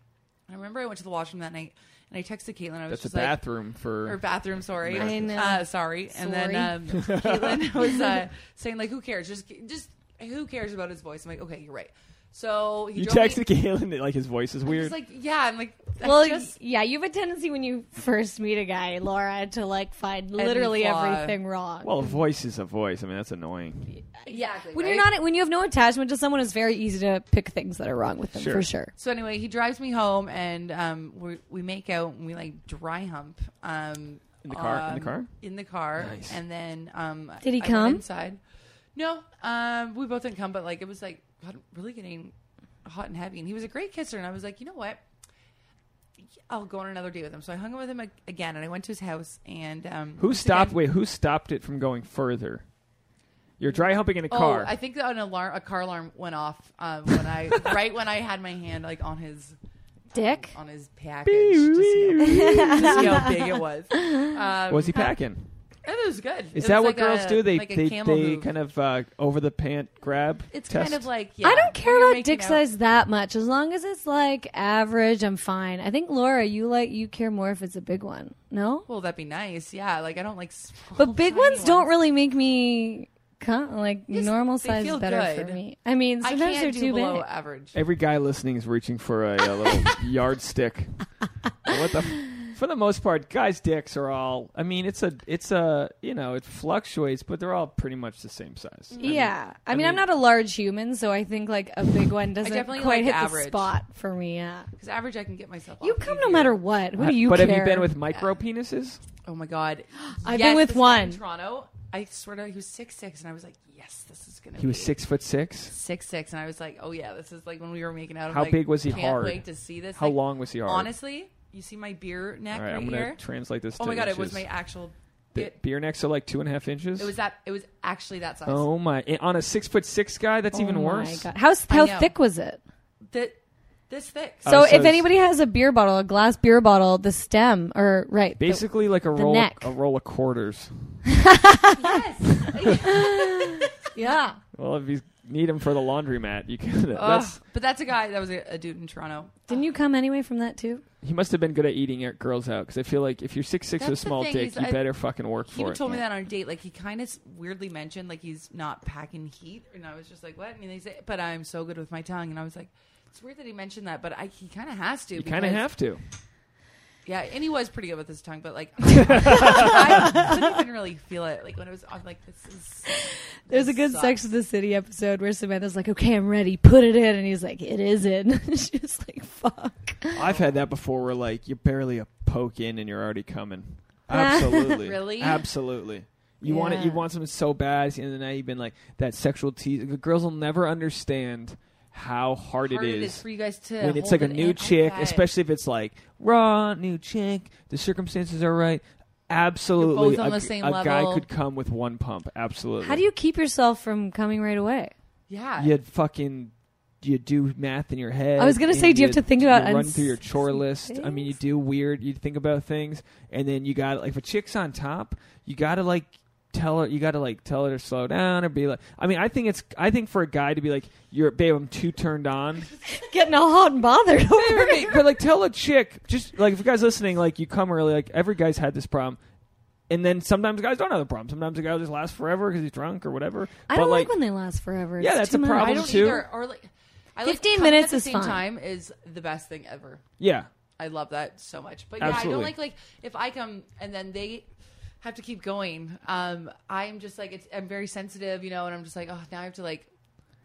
And I remember I went to the washroom that night and I texted Caitlin. I was
That's a
just like,
bathroom for.
or bathroom. Sorry,
I know.
Uh, sorry. And
Sorry.
then um, Caitlin was uh, saying like, "Who cares? Just, just who cares about his voice?" I'm like, "Okay, you're right." So he
you
drove me-
texted Galen that like his voice is
I'm
weird.
just like, yeah, I'm like, I
Well,
just-
yeah, you have a tendency when you first meet a guy, Laura, to like find literally
flaw.
everything wrong.
well, a voice is a voice. I mean, that's annoying.
exactly.
when
right?
you're not, when you have no attachment to someone, it's very easy to pick things that are wrong with them
Sure.
for sure.
So anyway, he drives me home, and um, we we make out, and we like dry hump. Um,
In the car- in the
um,
car?
In the car,
Nice.
and then um,
Did he
I went
come?
inside? No, um, we both didn't come, but like it was like God, really getting hot and heavy, and he was a great kisser, and I was like, you know what? I'll go on another date with him. So I hung out with him ag- again, and I went to his house, and um,
Who
once
stopped?
again-
Wait, who stopped it from going further? You're dry humping in a
Oh,
car.
I think that an alarm, a car alarm went off um, when I right when I had my hand like on his
Dick,
on his package to see how, to see how big it was. Um,
was he packing?
It was good.
Is
It
that
was
what
like
girls
a-
do? They
like a
they,
camel
they
hoof.
kind of uh, over the pant grab.
It's
test?
kind of like yeah,
I don't
when
care
you're
about
making
dick
out-
size that much as long as it's like average. I'm fine. I think Laura, you like you care more if it's a big one. No,
Well, that'd be nice. Yeah, like I don't like. Small,
but big
tiny
ones, don't really make me. Come, like
Yes,
normal
they
size is
feel
better
good.
for me. I mean,
I
sometimes
can't
they're
do
too
below
big.
average.
Every guy listening is reaching for a, a little yardstick. What the? f- For the most part, guys' dicks are all. I mean, it's a, it's a, you know, it fluctuates, but they're all pretty much the same size. I mean,
yeah, I mean,
I
I am not a large human, so I think like a big one doesn't
definitely
quite hit
like average.
the spot for me. Yeah,
Because average, I can get myself.
you
off
come no
easier.
matter what. What do you
But
care?
have you been with micro penises?
Oh my god,
I've
Yes,
been with
this guy in
one.
Toronto. I swear to, he was six six, and I was like, yes, this is gonna.
He was
be-
six foot six.
six six, and I was like, oh yeah, this is like when we were making out. I'm
How
like,
big was he
Can't
hard?
wait to see this.
How
Like,
long was he hard?
Honestly, you see my beer neck
All right,
right
I'm gonna
here.
translate this.
Oh
to
my god, it was
inches.
my actual.
Be-
It,
beer neck, so like two and a half inches.
it was that. It was actually that size.
Oh my! and On a six foot six guy, that's even
Oh my
worse.
God. How s- how
know.
thick was it?
That this thick.
Uh,
So,
so
if
it's-
anybody has a beer bottle, a glass beer bottle, the stem or right, the-
Basically, like a roll,
neck.
a roll of quarters.
yeah.
Well, if you need them for the laundromat, you can.
Ugh.
That's
but that's a guy. That was a, a dude in Toronto.
Didn't you come anyway from that too?
he must have been good at eating at girls out because I feel like if you're six six with a
That's the
small
thing,
dick,
he's-
you
I-
better fucking work
He
for
even
it.
told me that on a date. Like he kind of weirdly mentioned like he's not packing heat, and I was just like, what? I mean, they say, but I'm so good with my tongue, and I was like. It's weird that he mentioned that, but I, he kind of has to.
You kind of
because-
have to.
Yeah, and he was pretty good with his tongue, but like I couldn't even really feel it. Like when it was, I'm like, this is.
There's a
this
good
sucks.
Sex of the City episode where Samantha's like, "Okay, I'm ready. Put it in," and he's like, "It is in." She's like, "Fuck."
I've had that before, where like you barely a poke in and you're already coming. Absolutely,
Really?
absolutely. You want it. You
Yeah.
want something so bad. At the end of the night, you've been like that sexual tease. The girls will never understand how hard,
Hard
it is
for you guys to.
when
hold
it's like a
it
new
in. I
chick,
bet.
especially if it's like raw new chick, the circumstances are right. Absolutely,
You're both on
a,
the same
a guy
level.
could come with one pump. Absolutely.
How do you keep yourself from coming right away?
Yeah.
You'd fucking you do math in your head.
I was gonna
and
say, do you have
you'd-
to think about
you run
uns-
through your chore list? I mean, you
things?
do weird. You think about things, and then you got like if a chick's on top, you got to like tell her. You got to like tell her to slow down or be like. I mean, I think it's. I think for a guy to be like, "You're babe, I'm too turned on."
Getting all hot and bothered over
But, like- but like tell a chick just like if you guys listening like you come early like every guy's had this problem and then sometimes guys don't have the problem sometimes a guy will just last forever because he's drunk or whatever
I
but
don't like,
like,
when they last forever.
Yeah,
It's
that's
too
a
much.
problem.
I don't
too.
either. Or like, I like
15
coming
minutes
at the
is
same
fine.
time is the best thing ever.
yeah
I love that so much. But yeah, I
Absolutely.
don't like like if I come and then they have to keep going. Um, I'm just like it's, I'm very sensitive, you know, and I'm just like oh now I have to like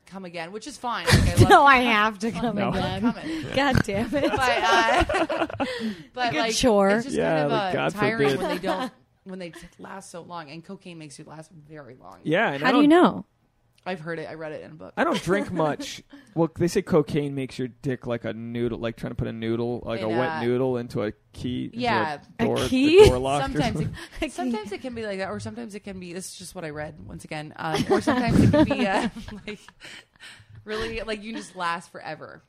come again, which is fine. Like, I love
No, I have to come
No.
again.
coming.
God damn it.
but uh, but like,
a chore.
it's just
Yeah,
kind of
like,
uh,
God
tiring
forbid.
when they don't when they t- last so long, and cocaine makes you last very long.
yeah and I
How do you
don't-
know?
I've heard it. I read it in a book.
I don't drink much. well, they say cocaine makes your dick like a noodle, like trying to put a noodle, like a
In
wet
a-
noodle into a key. into
uh, Yeah.
a,
A
door, the
key?
door lock or
Sometimes,
something.
it, sometimes it can be like that, or sometimes it can be. This is just what I read once again, um, or sometimes it can be uh, like really like you just last forever.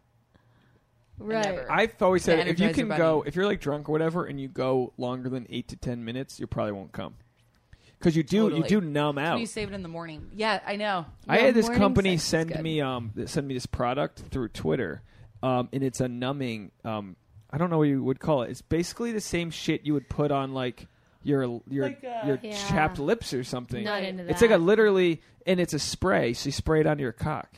Right.
Never.
I've always said
To
if you
energize your
can go,
body.
if you're like drunk or whatever, and you go longer than eight to ten minutes, you probably won't come because you do you
Totally.
do numb out.
You save it in the morning. Yeah, I know.
I had this
morning
company
sex is
send
good.
me um th- send me this product through Twitter, um and it's a numbing um I don't know what you would call it. It's basically the same shit you would put on like your your
Like, uh,
your
Yeah.
chapped lips or something.
Not into
It's like a
that.
literally, and it's a spray. So you spray it onto your cock.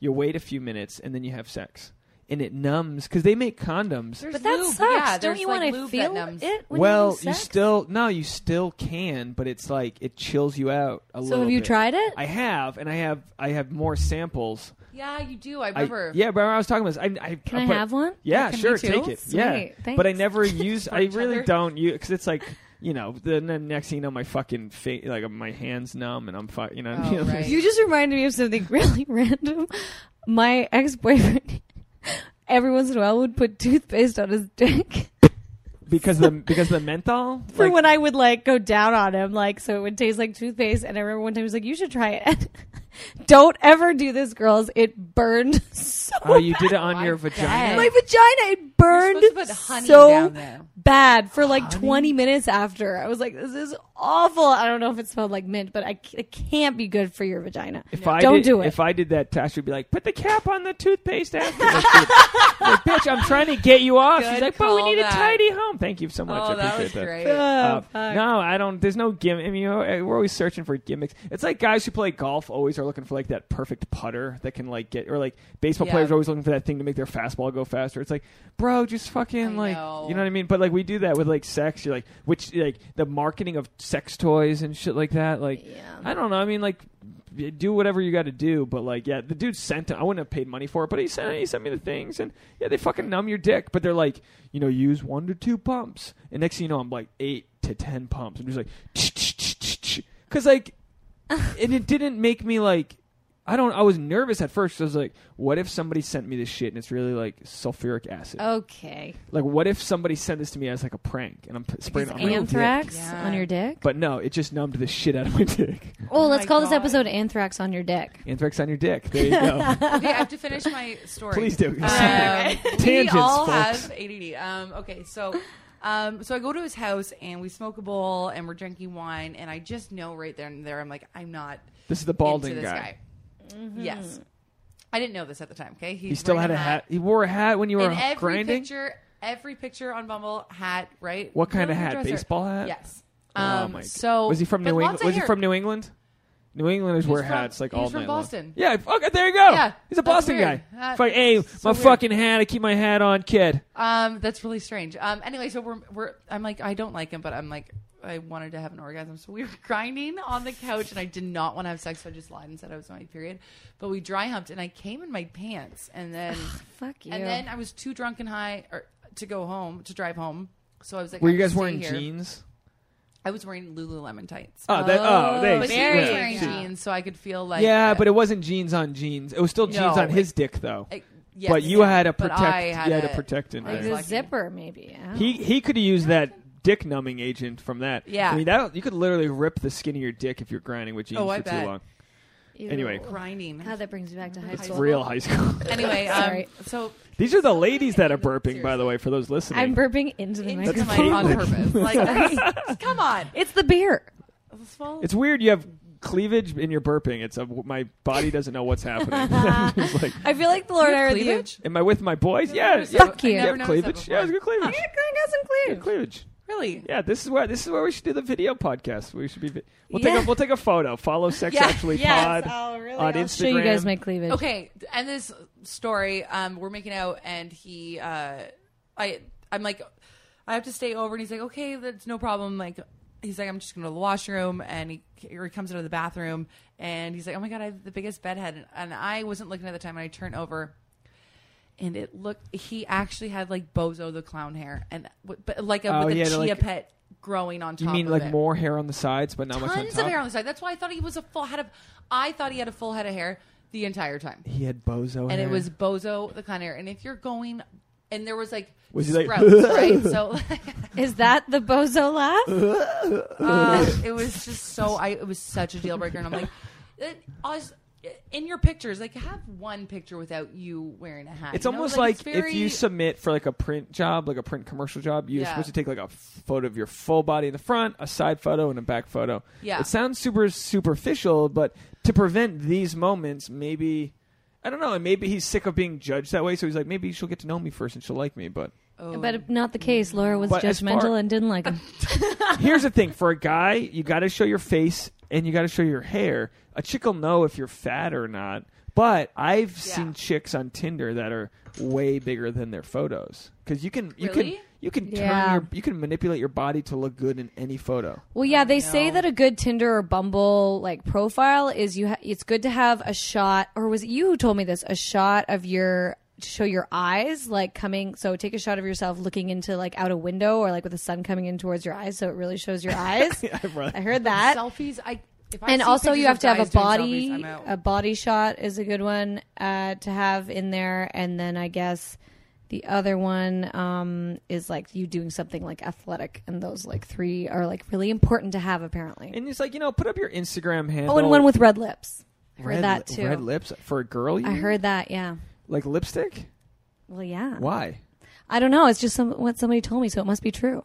You wait a few minutes and then you have sex, and it numbs because they make condoms.
There's
But that
lube.
sucks.
Yeah,
Don't
there's,
you
like,
want to
lube that
feel
numbs.
it? When
well,
you, have sex?
still no, you still can, but it's like it chills you out a little.
So have you
bit.
tried it?
I have, and I have, I have more samples.
Yeah, you do. I
I-
remember.
yeah, but I was talking about this. I, I,
Can I
but-
have one?
Yeah,
Can
sure,
we too?
take it.
Sweet,
Yeah, but I
thanks.
never use. I
each
really
other.
don't use because it's like you know. Then the next thing you know, my fucking fa- like uh, my hands numb, and I'm fuck. You know.
Oh, right.
You just reminded me of something really random. My ex boyfriend, every once in a while, would put toothpaste on his dick
because the because the menthol.
for
like,
when I would like go down on him, like so it would taste like toothpaste. And I remember one time he was like, "You should try it." Don't ever do this, girls. It burned so.
oh, you did it on
My
your vagina.
God.
My vagina it burned
supposed to put honey
so
down there.
bad for like 20 minutes after. I was like, this is awful. I don't know if it smelled like mint, but I, c- it can't be good for your vagina.
If I
don't
did,
do it.
If I did that, Tash would be like, "Put the cap on the toothpaste after." Like, bitch, like, bitch, I'm trying to get you off. She's
Good
like, "But we
call
need
back.
a tidy home." Thank you so much. I
Oh,
appreciate
that was great.
Uh,
Oh, fuck.
no, I don't. There's no gimmick. I mean, you know, eh, we're always searching for gimmicks. It's like guys who play golf always are looking for like that perfect putter that can like get, or like baseball
Yeah.
players are always looking for that thing to make their fastball go faster. It's like, bro, just fucking
I
like,
know.
you know what I mean? But like we do that with like sex. You're like, which like the marketing of sex toys and shit like that. Like,
Yeah.
I don't know. I mean, like. y- Do whatever you got to do, but like, yeah, the dude sent. it. I wouldn't have paid money for it, but he sent. He sent me the things, and yeah, they fucking numb your dick. But they're like, you know, use one to two pumps, and next thing you know, I'm like eight to ten pumps. I'm just like, because like, and it didn't make me like, I don't. I was nervous at first. 'cause I was like, what if somebody sent me this shit and it's really like sulfuric acid?
Oh. okay.
Like, what if somebody sent this to me as like a prank and I'm p- spraying it
Because
on my own dick?
Anthrax
Yeah.
on your dick?
But no, it just numbed the shit out of my dick.
Oh,
Oh
let's
my
call this
God.
episode Anthrax on your dick.
Anthrax on your dick. There you go.
Okay, I have to finish my story.
Please do.
Um, we
Tangents,
all
folks.
have ADD. Um, okay, so. Um, so I go to his house and we smoke a bowl and we're drinking wine and I just know right there and there I'm like I'm not
This is the balding
into this
guy.
guy. Yes, I didn't know this at the time. Okay,
He still had
wearing
a hat. He wore a hat when you were
in every
grinding.
picture, every picture on Bumble hat, right?
What kind
No
of hat?
dresser.
Baseball hat?
Yes.
oh
Um,
my! God.
So
was he from
but
New
lots
England?
of
Was he
hair.
from New England? New Englanders wear
from-
hats like
he
all
was from
night long.
Boston.
Yeah, fuck it. There you go.
Yeah,
he's a
that's
Boston
weird.
guy.
That-
It's like, hey,
so
my
weird.
fucking hat. I keep my hat on, kid.
Um, that's really strange. Um, anyway, so we're we're I'm like I don't like him, but I'm like I wanted to have an orgasm, so we were grinding on the couch, and I did not want to have sex, so I just lied and said I was on my period. But we dry humped, and I came in my pants, and then
Fuck you.
and then I was too drunk and high or, to go home to drive home. So I was like,
Were
I'm
you guys
staying
wearing
here.
jeans?
I was wearing Lululemon tights.
Oh, that, oh, they,
but he
very
was
yeah,
wearing
see.
jeans, so I could feel like
yeah,
uh,
but it wasn't jeans on jeans. It was still jeans
No,
on his dick though.
I- yes,
but you had a
but
protect.
I had
you had
a-
a protect in
like
I
there.
was
the
lucky.
zipper, maybe. I don't
He he could have used that dick numbing agent from that.
Yeah.
I mean that you could literally rip the skin of your dick if you're grinding with jeans
Oh, I
for
bet.
too long.
Ew.
anyway.
grinding.
God, that brings me back to high
It's
school.
real high school.
Anyway, um,
Sorry.
so
These are the ladies that are burping, by the way, for those listening.
I'm burping into the
into the
microphone.
mic on purpose. Like, that's- come on.
It's the beer.
Swallow-
it's weird. You have cleavage and you're burping. It's a, my body doesn't know what's happening. It's like,
I feel like the Lord
You have
I are the.
cleavage?
am I with my boys? Yeah.
Never
yeah.
Fuck you.
I
You
never
have
noticed
cleavage?
that
Yeah, it's
before.
good cleavage.
I
Good cleavage.
Really?
Yeah, this is where this is where we should do the video podcast. We should be. vi- We'll
Yeah.
take a, we'll take a photo. Follow Sex
Yeah.
Actually Pod on Instagram.
show you guys my cleavage.
Okay. And this story, um, we're making out, and he, uh, I, I'm like, I have to stay over, and he's like, okay, that's no problem. Like, he's like, I'm just going to the washroom, and he, or he comes out of the bathroom, and he's like, oh my god, I have the biggest bedhead, and, and I wasn't looking at the time, and I turn over. And it looked. He actually had like Bozo the clown hair, and but like a,
Oh,
with a
he had,
chia
like-
pet growing on top.
You mean
of
like
it.
more hair on the sides, but not much on
tons
top?
of hair on the side. That's why I thought he was a full head of. I thought he had a full head of hair the entire time,
He had bozo
and
hair.
it was bozo the kind of hair. And if you're going, and there was like
Was he like-
sprouts, right? So
Is that the bozo laugh?
um, it was just so. I it was such a deal breaker, and I'm like, it, I was, in your pictures, like have one picture without you wearing a hat.
It's
you know?
almost like,
it's
if
very-
you submit for like a print job, like a print commercial job, you're
Yeah.
supposed to take like a photo of your full body in the front, a side photo, and a back photo.
Yeah.
It sounds super superficial, but to prevent these moments, maybe I don't know, and maybe he's sick of being judged that way, so he's like, maybe she'll get to know me first and she'll like me. But
Oh.
But not the case. Laura was
But as far-
judgmental and didn't like him.
here's the thing: for a guy, you got to show your face and you got to show your hair. A chick will know if you're fat or not. But I've
Yeah.
seen chicks on Tinder that are way bigger than their photos because you can you
Really?
can you can turn
Yeah.
your you can manipulate your body to look good in any photo.
Well, yeah, they say
no.
that a good Tinder or Bumble like profile is you. Ha- it's good to have a shot, or was it you who told me this? A shot of your to show your eyes like coming. So take a shot of yourself looking into like out a window or like with the sun coming in towards your eyes, so it really shows your eyes.
right.
I heard that.
selfies. I if I
and
see
also, you
pictures
have
of
to have a
guys doing
body.
selfies, I'm out.
A body shot is a good one uh, to have in there, and then I guess. The other one um, is like you doing something like athletic, and those like three are like really important to have apparently.
And it's like you know, put up your Instagram handle.
Oh, and one with red lips. I heard
red,
that
li-
too.
Red lips for a girl. You
I
mean?
heard that. Yeah.
like lipstick.
Well, yeah.
Why?
I don't know. It's just some, what somebody told me, so it must be true.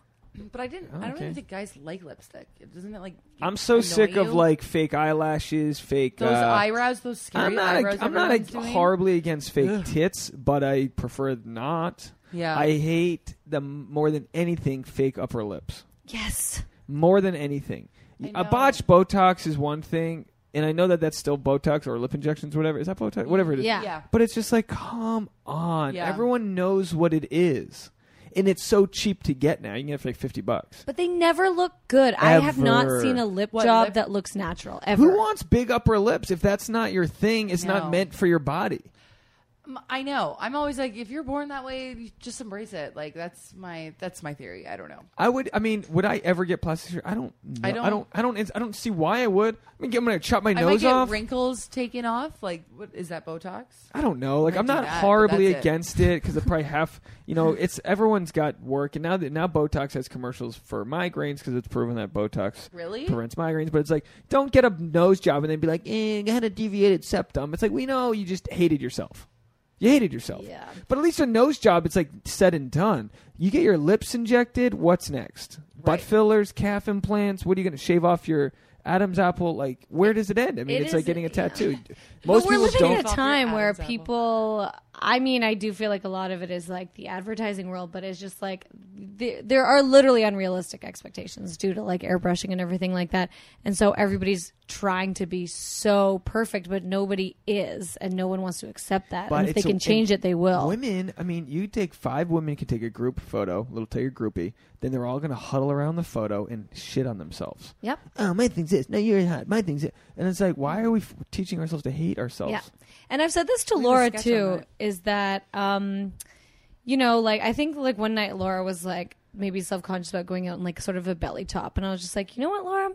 But I didn't. I don't
Okay.
even think guys like lipstick. Doesn't it like?
I'm so
annoy
sick
you?
of like fake eyelashes, fake.
those
uh,
eyebrows, those scary
I'm not.
eyebrows.
A, I'm not a,
everyone's doing.
horribly against fake tits, but I prefer not.
Yeah.
I hate them more than anything. Fake upper lips
Yes.
more than anything.
I
A
know.
botched Botox is one thing, and I know that that's still Botox or lip injections, whatever. Is that Botox? Whatever it is.
Yeah.
Yeah.
But it's just like, come on.
Yeah.
Everyone knows what it is. And it's so cheap to get now. You can get it for like 50 bucks.
But they never look good. I have
Ever.
not seen a lip
What,
job
lip-
that looks natural ever.
Who wants big upper lips if that's not your thing? It's
No.
not meant for your body.
M- I know. I'm always like, if you're born that way, you just embrace it. Like that's my that's my theory. I don't know.
I would. I mean, would I ever get plastic surgery? I don't. Know.
I
I
don't-
don't. I don't. I don't. I don't see why I would. I mean, I'm gonna chop my
I might
nose
get
off.
wrinkles taken off. Like, what is that Botox?
I don't know. Like
Might
I'm
do
not
that, but
horribly
that's it.
against it because probably half. You know, it's everyone's got work, and now that now Botox has commercials for migraines because it's proven that Botox
Really?
Eh.
prevents migraines. But it's like, don't get a nose job and then be like, eh, I had a deviated septum. It's like we know you just hated yourself. You hated yourself.
Yeah.
But at least a nose job, it's like said and done. You get your lips injected. What's next?
Right.
Butt fillers, calf implants. What are you going to shave off your Adam's apple? Like, where does it end? I mean,
It
it's like
is-
getting a
yeah.
tattoo.
But
Most
we're
people
living
don't.
in a
Off your
time where
Adam's apple.
people. I mean, I do feel like a lot of it is like the advertising world, but it's just like th- there are literally unrealistic expectations due to like airbrushing and everything like that, and so everybody's trying to be so perfect, but nobody is, and no one wants to accept that. and if they
it's a-
can change
and
it, they will.
Women, I mean, you take five women can take a group photo, little take a groupie, then they're all going to huddle around the photo and shit on themselves.
Yep.
Oh, my thing's this. No, you're hot. My thing's it. And it's like, why are we f- teaching ourselves to hate ourselves?
Yeah. And I've said this to
We have a
Laura
sketch on
too,
that.
is that um you know, like I think like one night Laura was like maybe self conscious about going out in like sort of a belly top and I was just like, you know what, Laura?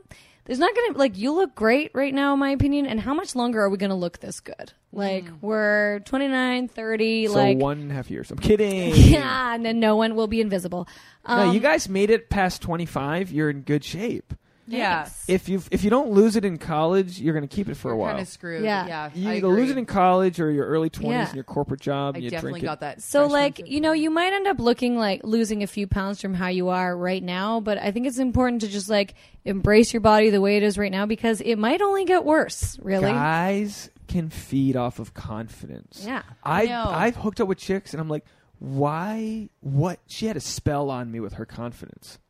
There's not gonna like you look great right now in my opinion, and how much longer are we gonna look this good? Like
Hmm.
we're 29, 30,
So
like
one and a half years. I'm kidding.
yeah, and then no one will be invisible. Um,
no, you guys made it past 25. You're in good shape.
Yeah.
If you if you don't lose it in college, you're going to keep it for a while.
Kind of screwed.
Yeah.
Yeah.
you
I
either lose it
agree.
in college or your early 20s
Yeah.
in your corporate job.
I
and you
definitely
drink it.
got that.
So
freshman
like,
shit.
you know, you might end up looking like losing a few pounds from how you are right now, but I think it's important to just like embrace your body the way it is right now because it might only get worse, really.
Guys can feed off of confidence.
Yeah.
I
No.
I've hooked up with chicks and I'm like, why? What? She had a spell on me with her confidence,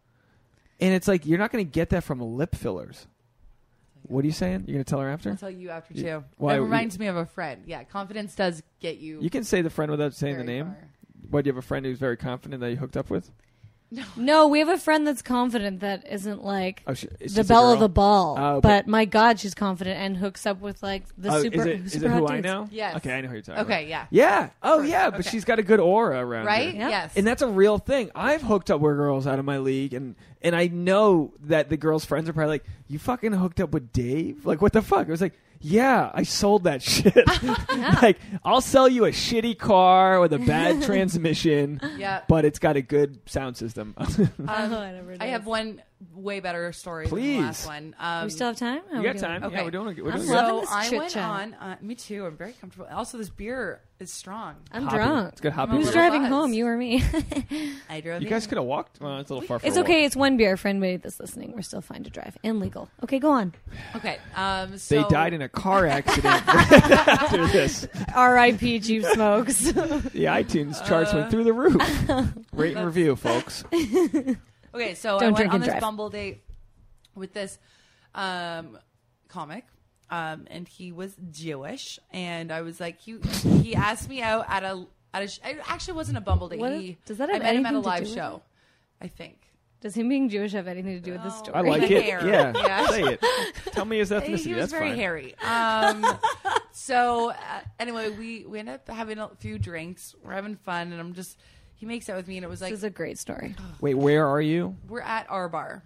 and it's like you're not going to get that from lip fillers. What are you saying? You're going to tell her after?
I'll tell you after
You-
too.
why-
that reminds me of a friend. Yeah, confidence does get you.
You can say the friend without saying the
very
name.
far.
What? Do you have a friend who's very confident that you hooked up with?
No, we have a friend that's confident that isn't like
Oh, she, it's
the
just a
belle of
girl?
the ball,
Oh,
but, my God, she's confident and hooks up with like the
Oh,
super.
is it, is
super
it
hot
who I
dudes.
know?
Yes.
Okay, I know who you're talking about.
Okay. Yeah.
Yeah. Oh, yeah. But
Okay.
she's got a good aura around her.
Right.
Yeah.
Yes.
And that's a real thing. I've hooked up with girls out of my league, and and I know that the girls' friends are probably like, "You fucking hooked up with Dave? Like, what the fuck?" I was like, "Yeah, I sold that shit. like, I'll sell you a shitty car with a bad transmission,
yeah.
but it's got a good sound system."
Oh, I never
Um, I have
noticed.
one way better story than
Please.
the last one. Um,
we still have time.
You
How Oh, we
got
doing?
time? Yeah,
okay.
we're doing. We're doing
I'm
good.
loving
so
this
I
chit
went
chat.
on. Uh, me too. I'm very comfortable. Also, this beer is strong.
I'm
Hoppy.
drunk.
It's good hoppy
Who's
beer.
driving
Buzz.
home? You or me?
I drove.
You
in.
guys could have walked. Well, it's a little far. For
it's
a
okay.
walk.
It's one beer for anybody that's listening. We're still fine to drive and legal. Okay, go on.
Okay. Um, so
They died in a car accident after this.
R.I.P. Cheap Smokes.
The iTunes charts went through the roof. Rate and review, folks.
Okay, so
Don't
I
drink
went on
and
this
drive.
Bumble date with this um, comic, um, and he was Jewish, and I was like, he he asked me out at a at a sh- it actually wasn't a Bumble date.
What-
he,
does that
I
have
met him at a
anything to do
live
with
show, I think.
Does him being Jewish have anything to do with this
No.
story?
I like
The
it.
hair.
Yeah.
Yeah.
Say it. Tell me his ethnicity.
He was
That's
very
fine.
hairy. Um, so uh, anyway, we we ended up having a few drinks. We're having fun, and I'm just he makes out with me, and it was
This
like
is a great story.
Wait, where are you?
we're at our bar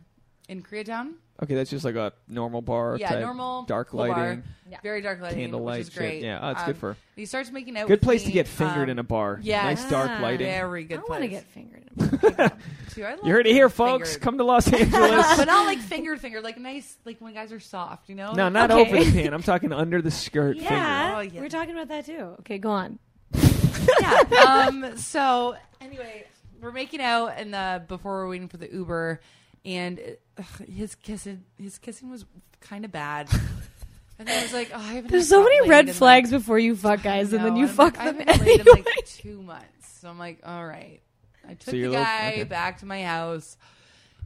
in Koreatown.
Okay, that's just like a normal bar.
yeah,
type,
normal
dark
full bar,
lighting.
Yeah.
very dark lighting,
Candlelight
which is
shit.
great. Um,
Yeah, oh, it's good for-
He starts making out.
Good
with
place to
me,
get fingered
um,
in a bar.
Yeah,
Nice dark
Ah.
lighting.
Very
I
good. place.
want to get fingered.
Too. I love
You heard it here,
getting
folks.
fingered.
Come to Los Angeles.
but not like fingered, fingered, like nice, like when guys are soft, you know.
no, not
Okay.
over the pan. I'm talking under the skirt. Finger.
Oh, yeah.
we're talking about that too. Okay, go on.
yeah. Um. So anyway, we're making out, and uh, before we're waiting for the Uber, and uh, ugh, his kissing, his kissing was kind of bad. And then I was like, oh, I haven't.
There's
had
so
that
many
laid
red
in,
flags
like,
before you fuck guys, and then
no,
you
I'm
fuck
like, I
them
haven't
anyway.
played in like two months. So I'm like, all right. I took the
you're like-
guy
okay.
back to my house,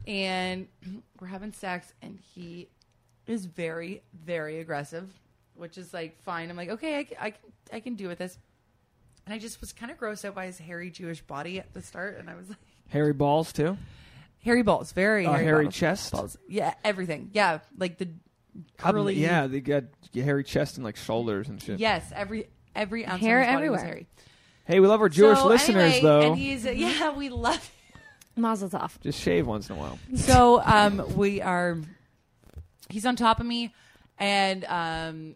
and we're having sex, and he is very, very aggressive, which is like fine. I'm like, okay, I, c- I can, I can do with this. And I just was kind of grossed out by his hairy Jewish body at the start, and I was like,
Hairy balls too.
hairy balls, very
Uh,
hairy,
hairy
balls.
chest.
balls, yeah, everything, yeah, like the
Ab-
curly,
Um, Yeah, they got hairy chest and like shoulders and shit.
yes, every every ounce
Hair
of his body was
everywhere.
hairy.
Hey, we love our Jewish
So,
listeners
anyway,
though.
And he's yeah, we love.
Mazel's off.
Just shave once in a while.
So um, we are. He's on top of me, and um,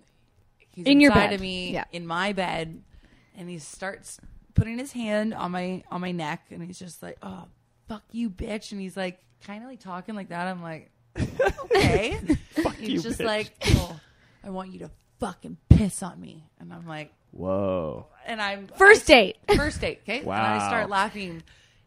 he's
In your
inside
bed.
of me
Yeah.
in my bed, and he starts putting his hand on my on my neck, and he's just like, "Oh, fuck you, bitch!" And he's like, kind of like talking like that. I'm like, okay.
Fuck
he's
you,
just
bitch.
like, "Oh, I want you to fucking piss on me," and I'm like,
Whoa.
and I'm
First date.
First date, okay? And
Wow.
I start laughing.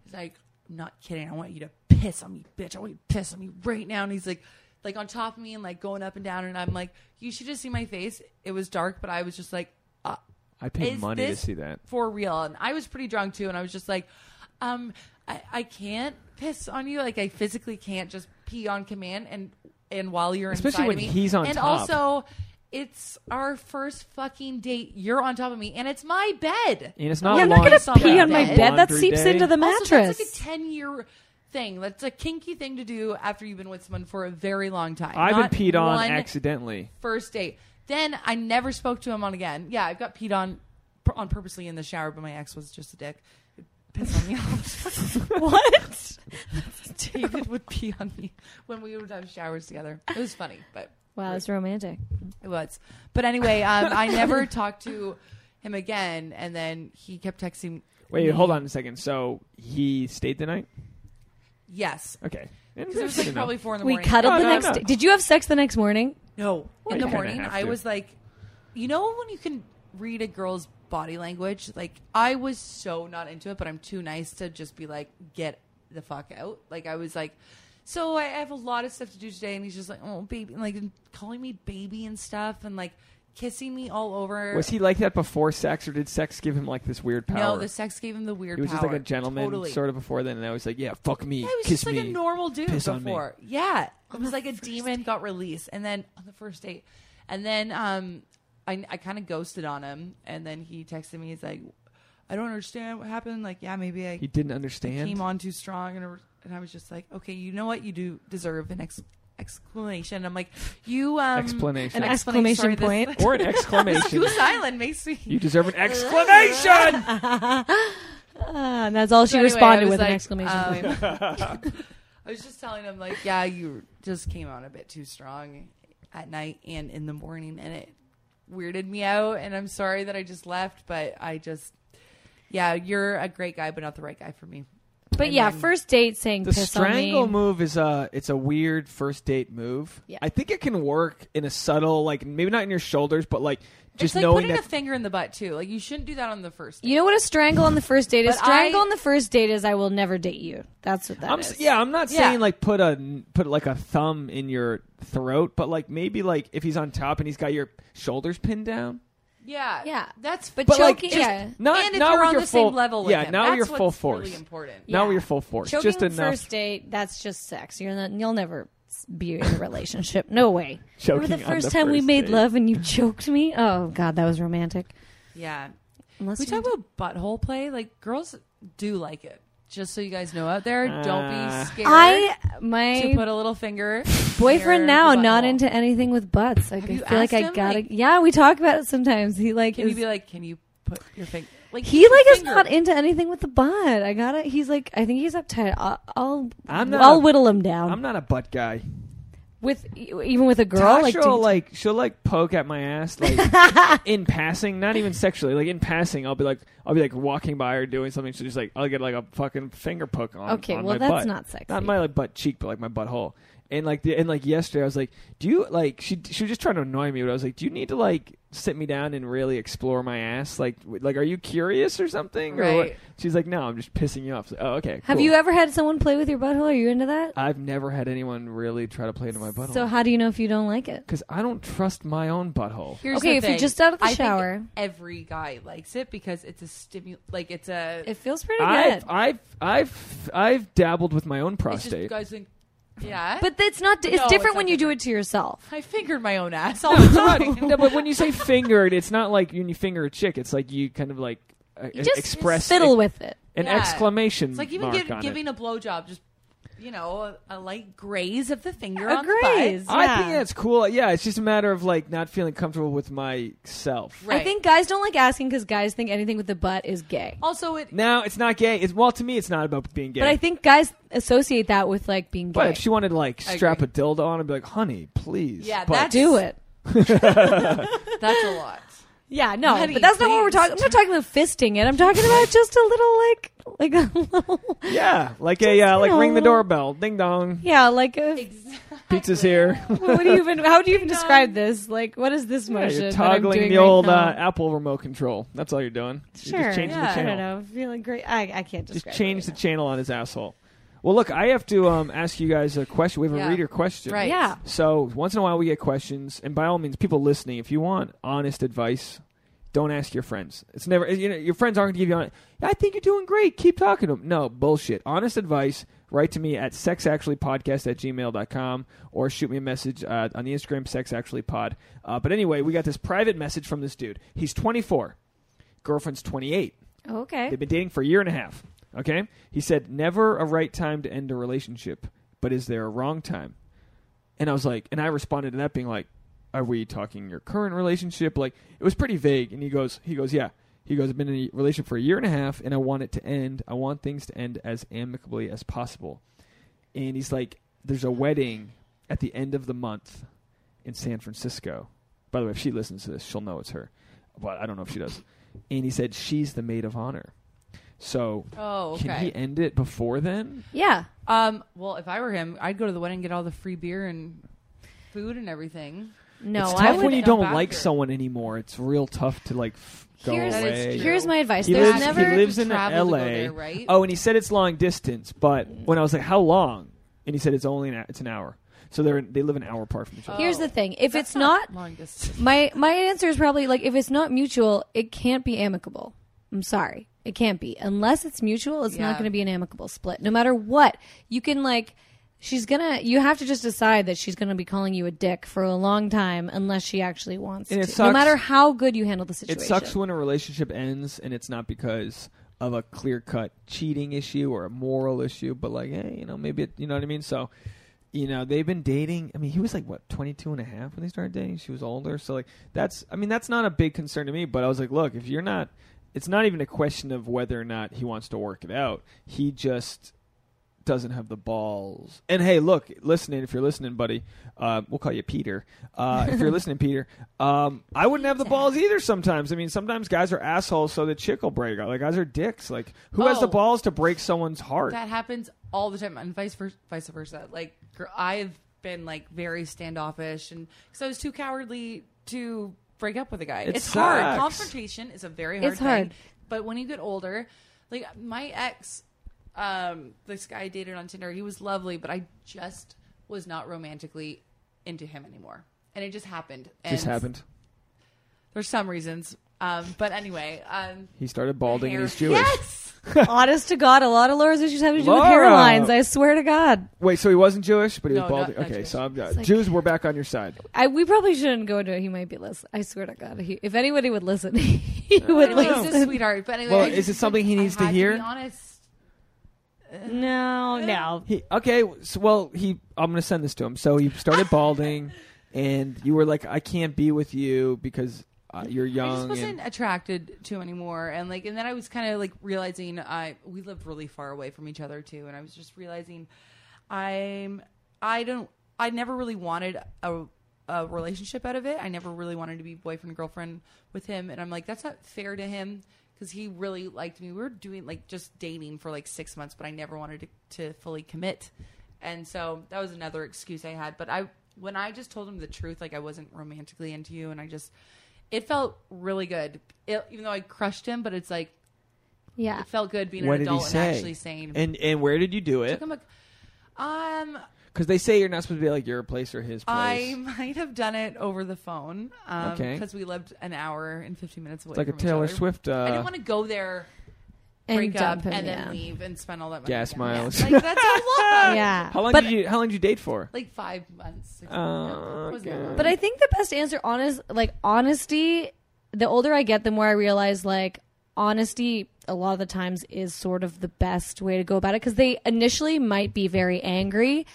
He's like, I'm not kidding. I want you to piss on me, bitch. I want you to piss on me right now. And he's like, like on top of me and like going up and down. And I'm like, you should just see my face. It was dark, but I was just like, uh,
I paid
is
money to
this
see that.
for real. And I was pretty drunk too. And I was just like, um, I, I can't piss on you. Like I physically can't just pee on command. And and while you're
Especially
inside
when
of me,
he's on
and
top.
also. It's our first fucking date. You're on top of me, and it's my bed.
And it's not
yeah, I'm
laundry.
not gonna
It's not
pee on my
bed.
bed. That
Laundry
seeps
day.
into the
Also, that's like a
mattress.
10 year thing. That's a kinky thing to do after you've been with someone for a very long time.
I've
Not
been peed on
one
accidentally.
First date. Then I never spoke to him on again. Yeah, I've got peed on pr- on purposely in the shower, but my ex was just a dick. It pissed on me off.
what?
David would pee on me when we would have showers together. It was funny, but
Wow, that's romantic.
It was. But anyway, um, I never talked to him again. And then he kept texting.
Wait, hold on a second. So he stayed the night?
Yes.
Okay.
Because it was like probably four in the
We
morning.
cuddled
No,
the
no,
next
no.
day. Did you have sex the next morning?
No, in
you
the
kinda
morning
have
I
to.
was like, you know, when you can read a girl's body language. Like I was so not into it, but I'm too nice to just be like, get the fuck out. Like I was like, so I have a lot of stuff to do today, and he's just like, oh baby, and like calling me baby and stuff, and like kissing me all over.
Was he like that before sex, or did sex give him like this weird power?
No, the sex gave him the weird.
he was just like
power.
a gentleman
Totally.
sort of before then, and I was like, yeah, fuck me,
Yeah, he was
kiss
just like
me.
a normal dude
piss on me.
before. Yeah, it was like a demon got released, and then on the first date, and then um, I I kind of ghosted on him, and then he texted me. He's like, I don't understand what happened. Like, yeah, maybe I
he didn't
I came
understand.
on too strong, and I was- and I was just like, okay, you know what, you do deserve an ex- explanation. I'm like, you um,
Explanation.
An exclamation
sorry,
point.
This,
or an exclamation.
Goose Island makes me.
you deserve an exclamation.
Ah, and that's all she
So anyway, I
responded
was
with
like, uh,
an exclamation. point.
um, I was just telling him like, yeah, you just came out a bit too strong at night and in the morning, and it weirded me out. And I'm sorry that I just left, but I just, yeah, you're a great guy, but not the right guy for me.
But
And
yeah,
then-
first date saying
The
piss
strangle
on me.
move is a it's a weird first date move.
Yeah.
I think it can work in a subtle, like maybe not in your shoulders, but like just
it's like
knowing
putting
that
a finger in the butt too. Like you shouldn't do that on the first. Date.
You know what a strangle on the first date is?
But
strangle
I-
on the first date is I will never date you. That's what that is.
I'm s- yeah, I'm not
Yeah.
saying like put a put like a thumb in your throat, but like maybe like if he's on top and he's got your shoulders pinned down,
yeah,
Yeah.
That's
But
but
but like
Choking-
just
yeah.
not
and if
not
you're
with
on
your
the
full
same level with
yeah,
him.
not
that's
with your
what's
full force,
Really important.
not with
Yeah.
your full force,
Choking
just enough.
first date, that's just sex. You're not, you'll never s- be in a relationship. No way.
Choking
Remember
on
the
the
first time we
first
made
date.
love and you choked me? Oh God, that was romantic.
Yeah.
Unless
we
you-
talk about butthole play. Like girls do like it. Just so you guys know out there, don't
Uh,
be scared
I
to
my
put a little finger.
boyfriend
near
now
the
not
butthole.
into anything with butts. Like, I
Have
feel
you
like
asked
I
him,
gotta.
like-
yeah, we talk about it sometimes. He like
Can
is,
you be like, can you put your finger? Like
he
use your
like is
finger.
not into anything with the butt. I gotta. He's like I think he's uptight. I'll I'll,
I'm not
I'll
a-
whittle him down
I'm not a butt guy.
with even with a girl.
Tasha
Like,
will,
do-
like she'll like poke at my ass like in passing, not even sexually. Like in passing, I'll be like I'll be like walking by or doing something. She'll just like I'll get like a fucking finger poke on.
okay,
on
well
my
that's
butt.
not sexy.
not my like butt cheek, but like my butthole. And like the, and like yesterday, I was like, "Do you like?" She she was just trying to annoy me, but I was like, "Do you need to like sit me down and really explore my ass? Like w- like are you curious or something?" Or what?
Right.
She's like, "No, I'm just pissing you off." I was like, oh, okay.
Have
cool."
you ever had someone play with your butthole? Are you into that?
I've never had anyone really try to play into my
So
butthole
how do you know if you don't like it?
because I don't trust my own butthole.
Here's
Okay,
the
if you're
thing.
just out of the
I think
shower.
every guy likes it because it's a stimu. Like it's a.
It feels pretty good.
I've I've I've I've dabbled with my own
it's just
prostate.
guys think. Yeah,
but it's not. It's
No, it's
different
not
when you do it to yourself.
I fingered my own ass all the time.
no, but when you say fingered, it's not like when you finger a chick. It's like you kind of like uh,
You just
express
fiddle with it.
an
Yeah.
exclamation
It's like even
mark
give,
on
giving
it.
a blowjob, just you know, a, a light graze of the finger.
A
on the butt.
graze.
I think
Yeah.
that's cool. Yeah, it's just a matter of like not feeling comfortable with myself.
Right.
I think guys don't like asking because guys think anything with the butt is gay.
Also, it
Now it's not gay. It's well to me, it's not about being gay.
But I think guys associate that with like being
But
gay.
if she wanted to like
I
strap a
agree.
dildo on and be like, "Honey, please,"
Yeah,
but
that's-
do it.
that's a lot.
Yeah, no,
Honey,
but that's not what we're
please.
talking. I'm not talking about fisting it. I'm talking about just a little like, like a little,
yeah, like a uh,
you
like ring the
know.
doorbell, ding dong,
yeah, like a,
pizza's here.
what do you even? How do you even describe this? Like, what is this
Yeah,
motion?
you're
that I'm
toggling
doing
the
right
old
now?
uh, Apple remote control. That's all you're doing.
sure,
You're just changing
yeah.
the
I
channel.
don't know, feeling great. I, I can't describe.
Just
it
change the
right
channel on his asshole. Well, look, I have to um, ask you guys a question. We have
Yeah.
a reader question.
Right.
Yeah.
So once in a while we get questions, and by all means, people listening, if you want honest advice, don't ask your friends. It's never you know your friends aren't going to give you. Honest, I think you're doing great. Keep talking to them. No bullshit. Honest advice. Write to me at sexactuallypodcast at gmail.com or shoot me a message uh, on the Instagram sexactuallypod. Uh, but anyway, we got this private message from this dude. He's 24, girlfriend's 28.
now. okay.
They've been dating for a year and a half. Okay? He said, Never a right time to end a relationship, but is there a wrong time? And I was like, and I responded to that being like, Are we talking your current relationship? Like, it was pretty vague. And he goes, He goes, Yeah. He goes, I've been in a relationship for a year and a half, and I want it to end. I want things to end as amicably as possible. And he's like, There's a wedding at the end of the month in San Francisco. By the way, if she listens to this, she'll know it's her. But I don't know if she does. And he said, She's the maid of honor. So
Oh, okay.
can he end it before then?
Yeah.
Um, well, if I were him, I'd go to the wedding and get all the free beer and food and everything.
No,
it's
I
tough
would.
when you
Go
don't
back
like
there.
someone anymore. It's real tough to like f- go
Here's-
That is
away.
true.
Here's my advice.
He
There's
lives,
never.
he lives in
Travel to go there,
L.A.
right?
Oh, and he said it's long distance, but when I was like, "How long?" and he said it's only an, hou- it's an hour. So they're they live an hour apart from each other.
Here's the thing. If
That's
it's not,
long distance.
my my answer is probably like if it's not mutual, it can't be amicable. I'm sorry. It can't be. Unless it's mutual, it's
Yeah.
not going to be an amicable split. No matter what. You can like she's going to you have to just decide that she's going to be calling you a dick for a long time unless she actually wants
And
to.
it
no
sucks-
matter how good you handle the
It
situation.
sucks when a relationship ends and it's not because of a clear cut cheating issue or a moral issue, but like, hey, you know, maybe it, you know what I mean? So, you know, they've been dating. I mean, he was like, what, 22 and a half when they started dating? She was older. So, like, that's, I mean, that's not a big concern to me, but I was like, look, if you're not, it's not even a question of whether or not he wants to work it out. He just doesn't have the balls. And hey, look, listening, if you're listening, buddy, uh, we'll call you Peter. Uh, if you're listening, Peter, um, I wouldn't have the balls either. Sometimes, I mean, sometimes guys are assholes, so the chick will break. Like guys are dicks. Like who has the
Oh.
balls to break someone's heart?
That happens all the time, and vice versa. Vice versa. Like gr- I've been like very standoffish, and because I was too cowardly to break up with a guy.
It
it's hard.
sucks.
Confrontation is a very hard.
It's hard.
Thing. But when you get older, like my ex, um, this guy I dated on Tinder, he was lovely, but I just was not romantically into him anymore, and it just happened. And
Just happened.
There's some reasons, um, but anyway, um,
He started balding.
hair-
and He's Jewish.
Yes.
Honest to God, a lot of Laura's issues have to do with
Laura!
hairlines. I swear to God,
Wait, so he wasn't Jewish, but he was
No, not-
balding.
not
okay,
Jewish.
so I'm uh, Jews. We're back on your side.
I, we probably shouldn't go into it. He might be listening. I swear to God, he, if anybody would listen, he would
Anyway,
listen.
he's a sweetheart. But anyway,
Well,
I just-
is it something he
I
needs to
had
hear?
be honest.
No, no.
He okay. So, well, he. I'm gonna send this to him. So he started balding, and you were like, "I can't be with you because uh, you're
I just
young."
wasn't
and-
attracted to anymore, and like, and then I was kind of like realizing I we lived really far away from each other too, and I was just realizing I'm I don't I never really wanted a a relationship out of it. I never really wanted to be boyfriend girlfriend with him, and I'm like that's not fair to him because he really liked me. We were doing like just dating for like six months, but I never wanted to, to fully commit, and so that was another excuse I had. But I when I just told him the truth, like I wasn't romantically into you, and I just it felt really good, it, even though I crushed him. But it's like
Yeah.
it felt good being
what
an
did he
adult and
say?
actually saying.
And and where did you do it?
Took him a- um,
Because they say you're not supposed to be like your place or his place.
I might have done it over the phone um,
Okay.
because we lived an hour and 15 minutes away.
it's like a
from each
Taylor
other.
Swift.
I
Uh,
didn't want to go there,
And
break up,
dump him,
and then
yeah.
leave and spend all that money.
Gas
again.
miles.
Yeah. Like, that's a lot.
Yeah.
how long
but
did you How long did you date for?
Like five months. Six
Oh,
months. Yeah, it wasn't that
okay.
long.
But I think the best answer, honest, like honesty. The older I get, the more I realize like honesty. A lot of the times is sort of the best way to go about it because they initially might be very angry,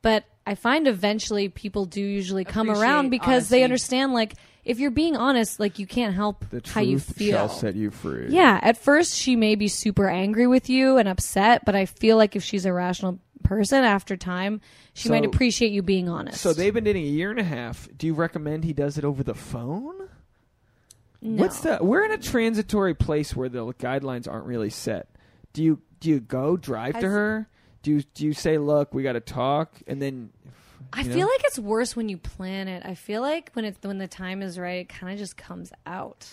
but I find eventually people do usually come
Appreciate
around because they
honesty.
understand like if you're being honest, like you can't help
The
how you
truth
feel.
shall set you free.
Yeah, at first she may be super angry with you and upset, but I feel like if she's a rational person after time, she might
So-
appreciate you being honest.
So they've been dating a year and a half. Do you recommend he does it over the phone?
No.
What's the? We're in a transitory place where the guidelines aren't really set. Do you do you go drive to
Has-
her? Do you do you say, look, we got to talk, and then
I
you know?
feel like it's worse when you plan it. I feel like when it's when the time is right, it kind of just comes out.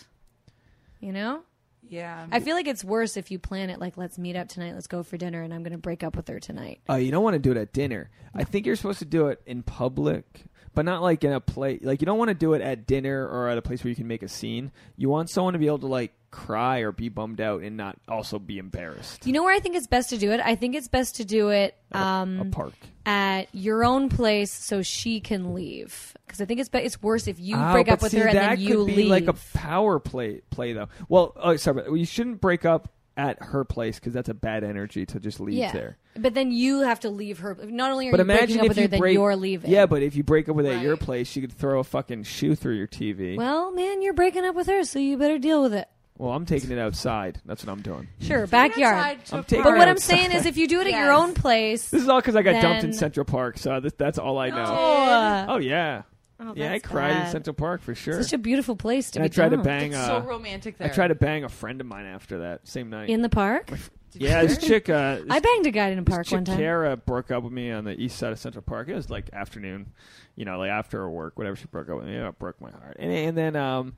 You know?
yeah.
I feel like it's worse if you plan it like let's meet up tonight, let's go for dinner and I'm going to break up with her tonight.
oh, you don't want to do it at dinner. I think you're supposed to do it in public, but not like in a place. Like you don't want to do it at dinner or at a place where you can make a scene. You want someone to be able to like cry or be bummed out and not also be embarrassed.
You know where I think it's best to do it? I think it's best to do it
At a-
um
a park.
at your own place so she can leave because I think it's be- it's worse if you
Oh,
break up
but
with
see,
her and
that
then you
could be
leave.
like a power play play though. Well, oh, sorry, but you shouldn't break up at her place because that's a bad energy to just leave
yeah,
there.
but then you have to leave her. Not only are
But
you
imagine
breaking
if
up with
you
her, then
break,
you're leaving.
Yeah, but if you break up with her at your
Right.
place, she could throw a fucking shoe through your TV. Well,
well, man, you're breaking up with her, so you better deal with it.
I'm taking it outside. That's what I'm doing.
Sure,
Take it
backyard.
outside to
I'm
a
taking
But
park.
what I'm
outside.
saying is, if you do it at your
Yes.
own place,
This is all because I got dumped in
Then-
Central Park, so th- that's all I know.
oh,
Oh yeah,
oh,
yeah, I
that's
cried in
bad.
Central Park for sure.
Such a beautiful place to
and
be.
I tried to
dumped.
bang.
It's
Uh,
so romantic
I
there.
tried to bang a friend of mine after that same night.
in the park.
Did
yeah,
you
this
hear?
chick. Uh, this
I banged a guy in a
This
park
chick
one time.
Kara broke up with me on the east side of Central Park. It was like afternoon, you know, like after her work, whatever. She broke up with me. Yeah, it broke my heart. And and then um,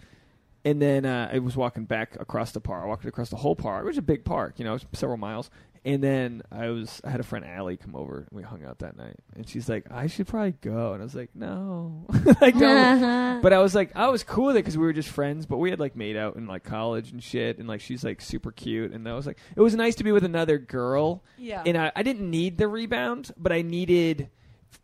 and then uh, I was walking back across the park. I walked across the whole park, which is a big park, you know, it's several miles. And then I was I had a friend Allie come over and we hung out that night. And she's like, I should probably go. And I was like, No, I don't.
Uh-huh.
But I was like, I was cool with it because we were just friends, but we had like made out in like college and shit, and like she's like super cute, and I was like, it was nice to be with another girl,
Yeah.
and I, I didn't need the rebound, but I needed,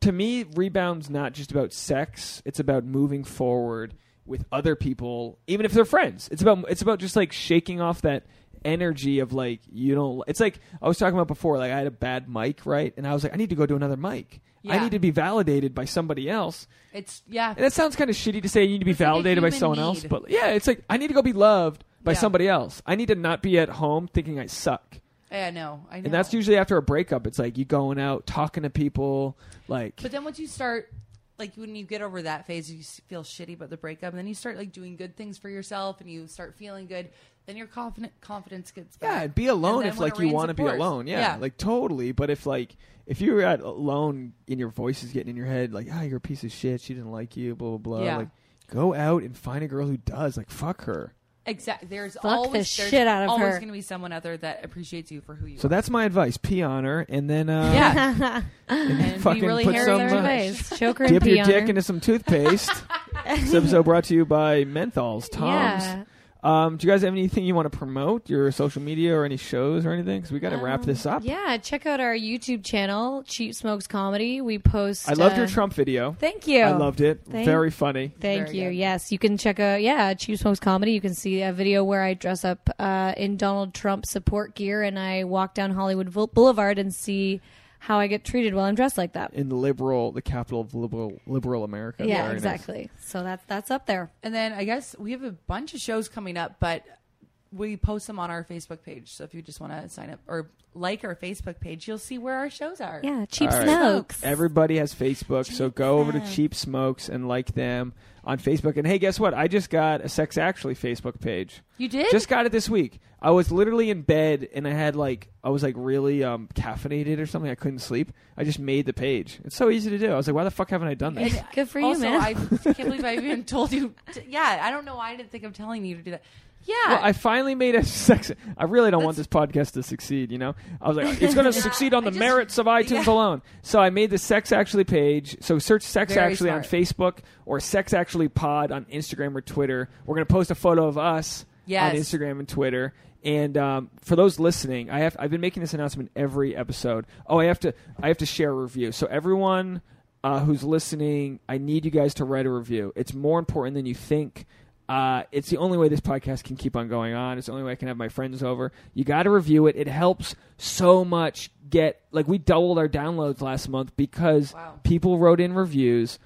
to me, rebound's not just about sex; it's about moving forward with other people, even if they're friends. It's about it's about just like shaking off that energy of like you don't. It's like I was talking about before, like I had a bad mic, right, and I was like, I need to go to another mic. I
Yeah.
need to be validated by somebody else.
It's yeah.
And that sounds kind of shitty to say you need to be
It's like a
validated by
human
someone else,
need.
but yeah, it's like I need to go be loved by
Yeah.
somebody else. I need to not be at home thinking I suck.
Yeah, I know. I know.
And that's usually after a breakup. It's like you going out, talking to people, like
But then once you start, like when you get over that phase, you s- feel shitty about the breakup, and then you start like doing good things for yourself, and you start feeling good. Then your confident confidence gets back.
yeah, and be alone
And then
if
when
like
it
you
rains,
want to
it
be
pours.
alone. Yeah, like totally. But if like if you're at alone and your voice is getting in your head, like ah, you're a piece of shit. She didn't like you. Blah blah blah.
Yeah.
Like go out and find a girl who does. Like fuck her.
exactly. There's
the
always there's
shit out of
always
her.
going to be someone other that appreciates you for who you
So
are.
that's my advice. Pee on her, and then uh,
yeah,
and
and
fucking
be really
put
hairy
some
there
uh,
advice. Choker and
dip
pee
your
on her.
dick into some toothpaste. this episode brought to you by Menthols Toms.
Yeah. Uh-huh.
Um, do you guys have anything you want to promote? Your social media or any shows or anything? Because we got to wrap
Um,
this up.
Yeah, check out our YouTube channel, Cheap Smokes Comedy. We post.
I loved your
uh,
Trump video.
Thank you.
I loved it.
Thank-
Very funny.
Thank
Very
you.
good.
Yes, you can check out yeah, Cheap Smokes Comedy. You can see a video where I dress up uh, in Donald Trump support gear and I walk down Hollywood Boul- Boulevard and see how I get treated while I'm dressed like that.
In the liberal, the capital of liberal, liberal America.
yeah,
Very nice.
exactly. So that's that's up there.
and then I guess we have a bunch of shows coming up, but we post them on our Facebook page. So if you just want to sign up or like our Facebook page, you'll see where our shows are.
Yeah, Cheap
All right.
Smokes.
Everybody has Facebook, so
Cheap
go over to
Smokes.
Cheap Smokes and like them on Facebook. And hey, guess what? I just got a Sex Actually Facebook page.
You did?
Just got it this week. I was literally in bed and I had like I was like really um, caffeinated or something. I couldn't sleep. I just made the page. It's so easy to do. I was like, why the fuck haven't I done this?
And
Good for you,
also,
man.
I can't believe I even told you. to- yeah, I don't know why I didn't think of telling you to do that. Yeah.
Well, I finally made a sex. I really don't want this podcast to succeed. You know, I was like, it's going to succeed on the
I just-
merits of iTunes
yeah.
alone. So I made the Sex Actually page. So search Sex
Very
Actually on
smart.
Facebook or Sex Actually Pod on Instagram or Twitter. We're going to post a photo of us
Yes.
on Instagram and Twitter. And um, for those listening, I have I've been making this announcement every episode. Oh, I have to I have to share a review. So everyone uh, who's listening, I need you guys to write a review. It's more important than you think. Uh, it's the only way this podcast can keep on going on. It's the only way I can have my friends over. You got to review it. It helps so much. Get like we doubled our downloads last month because
Wow.
people wrote in reviews.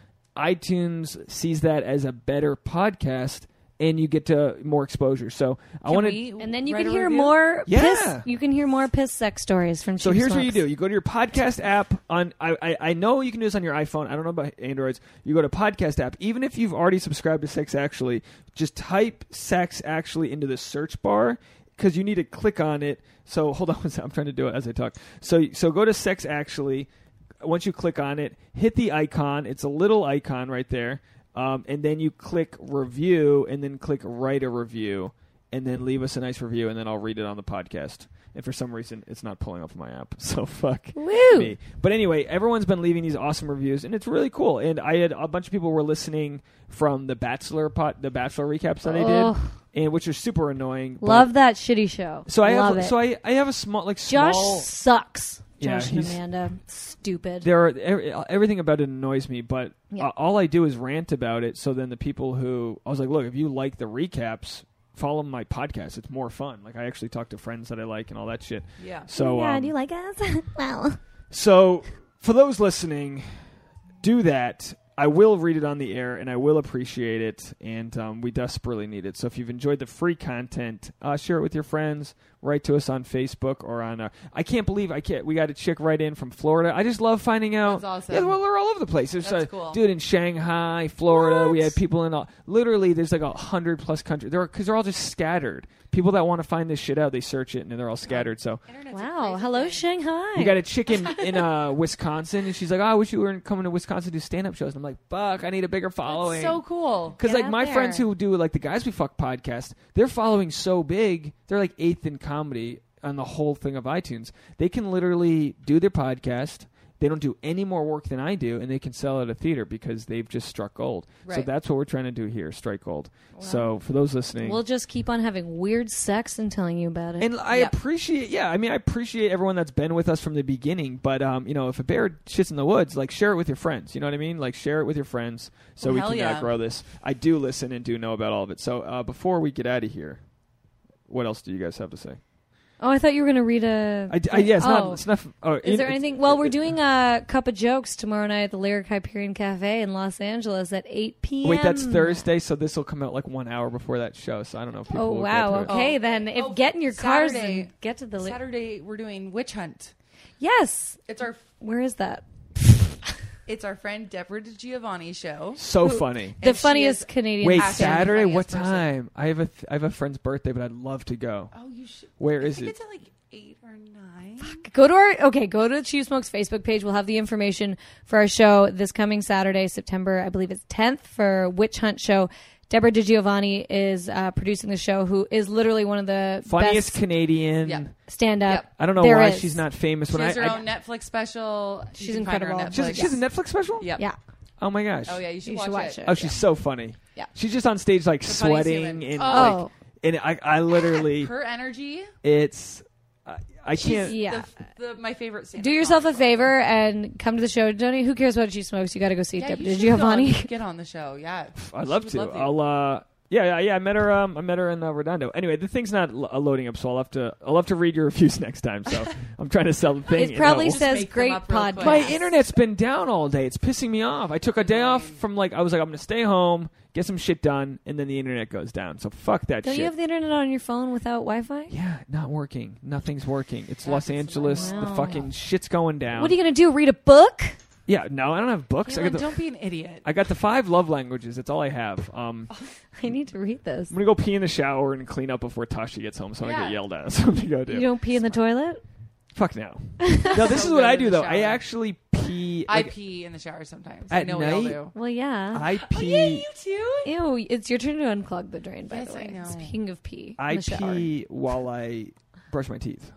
iTunes sees that as a better podcast, and you get to more exposure. So I
Can
want
we
to.
and then you
write
can
a
hear
review?
more
Yeah.
piss you can hear more piss sex stories from
So
Cheap
here's what you
Smokes.
do: you go to your podcast app on. I, I I know you can do this on your iPhone. I don't know about Androids. You go to podcast app. Even if you've already subscribed to Sex Actually, just type Sex Actually into the search bar because you need to click on it. So hold on, one second. I'm trying to do it as I talk. So so go to Sex Actually. Once you click on it, hit the icon. It's a little icon right there, um, and then you click review, and then click write a review, and then leave us a nice review, and then I'll read it on the podcast. And for some reason, it's not pulling up my app. So fuck
Woo!
me. But anyway, everyone's been leaving these awesome reviews, and it's really cool. And I had a bunch of people were listening from the Bachelor pot, the Bachelor recaps that I
Ugh.
did, and which are super annoying. but-
Love that shitty show.
So I
love
have
it.
so I, I have a small like small.
Josh sucks.
Yeah,
Josh and
he's-
Amanda, stupid.
there are every, everything about it annoys me, but
Yeah.
uh, all I do is rant about it. So then the people who I was like, look, if you like the recaps, follow my podcast. It's more fun. Like I actually talk to friends that I like and all that shit.
yeah.
So
yeah,
um,
do you like us? wow.
So, for those listening, do that. I will read it on the air, and I will appreciate it. And um, we desperately need it. So, if you've enjoyed the free content, uh, share it with your friends. Write to us on Facebook or on. Uh, I can't believe I can't. We got a chick right in from Florida. I just love finding out.
That's awesome.
Yeah, well, they're all over the place. There's
That's
a
cool.
dude in Shanghai, Florida. We
What?
had people in all, literally. There's like a hundred plus countries. They're because they're all just scattered. People that want to find this shit out, they search it, and they're all scattered. So
Internet's a
Wow.
crazy
Hello,
thing.
Shanghai.
you got a chick in, in uh, Wisconsin, and she's like, oh, I wish you were coming to Wisconsin to do stand up shows. And I'm like, fuck, I need a bigger following.
That's so cool.
Because,
Get
like,
out
my
there.
friends who do, like, the Guys We Fuck podcast, their following so big, they're like eighth in comedy on the whole thing of iTunes. They can literally do their podcast. They don't do any more work than I do, and they can sell at a theater because they've just struck gold. So
Right.
that's what we're trying to do here, strike gold. So for those listening,
We'll just keep on having weird sex and telling you about it.
and I
Yeah.
appreciate, yeah, I mean, I appreciate everyone that's been with us from the beginning. But um, you know, if a bear shits in the woods, like share it with your friends. You know what I mean? Like share it with your friends so
Well,
we
hell
can
yeah.
uh, grow this. I do listen and do know about all of it. So uh, before we get out of here, what else do you guys have to say?
Oh, I thought you were going to read a.
I, I- yeah, it's
Oh.
not. It's not. Oh,
Is
you-
there anything? Well, we're doing a cup of jokes tomorrow night at the Lyric Hyperion Cafe in Los Angeles at 8 p.m.
Oh, Wait, that's Thursday, so this will come out like one hour before that show. So I don't know. if people
Oh
will go to
wow!
it.
Okay,
Oh.
then if
Oh,
get in your cars
Saturday.
and get to the Ly-
Saturday we're doing witch hunt.
yes.
It's our
Where is that?
it's our friend Deborah Giovanni show.
So funny.
The
And she
funniest
is-
Canadian.
Wait,
Actually,
Saturday?
funniest
What
person.
time? I have a th- I have a friend's birthday, but I'd love to go.
Oh, you should.
Where
I
is
think
it?
It's at like eight or nine.
Go to our okay. Go to Chief Smoke's Facebook page. We'll have the information for our show this coming Saturday, September. I believe it's tenth for Witch Hunt show. Deborah DiGiovanni is uh, producing the show, who is literally one of the
Funniest
best
Canadian.
Yep.
stand up.
Yep.
I don't know
There
why
is.
she's not famous.
She
when
has
I,
her
I-
own Netflix special. You
She's
can find her on
incredible.
she's,
Netflix.
she's a Netflix special.
Yep.
Yeah,
Oh my gosh.
Oh yeah, you should,
you
watch,
should watch
it.
it.
Oh, she's so funny.
Yeah.
She's just on stage like
The funniest
sweating
human.
and
Oh.
like, and I I literally
her energy.
it's I, I can't.
yeah.
The, the, my favorite. stand-up
Oh, Do yourself a
comic.
favor and come to the show, Tony. Who cares what she smokes? You got to go see
Yeah,
Deborah
you should go on-
Giovanni.
Get on the show. Yeah,
I'd
She
love
would
to.
you.
I'll. uh yeah, yeah, yeah. I met her. Um, I met her in uh, Redondo. Anyway, the thing's not lo- uh, loading up, so I'll have to. I'll have to read your reviews next time. So I'm trying to sell the thing.
It
you
probably
know.
Just
says
make them
great
up real quick.
podcast.
My
Yes.
internet's been down all day. It's pissing me off. I took a day off from like I was like I'm gonna stay home, get some shit done, and then the internet goes down. So fuck that
Don't
shit.
you have the internet on your phone without Wi-Fi?
yeah, not working. Nothing's working. It's
That
Los
is annoying.
Angeles. The
Wow.
fucking shit's going down.
What are you gonna do? Read a book?
yeah, no, I don't have books. I
Caitlin,
got the
don't be an idiot.
I got the five love languages. That's all I have. Um, I'm
I need to read this.
gonna go pee in the shower and clean up before Tasha gets home, so I don't
Yeah.
get yelled at. That's what I'm gonna go do.
You don't pee in the toilet?
Fuck no. no, this
So
is what
good
I
in
do
the
though. I
shower.
actually pee.
I
Like,
pee in the shower sometimes.
At
I know we all
night?
do.
Well, yeah.
I
Oh,
pee.
yeah, you too.
Ew, it's your turn to unclog the drain, by
Yes,
the way.
I know.
Speaking of pee.
I
in the shower.
pee while I brush my teeth.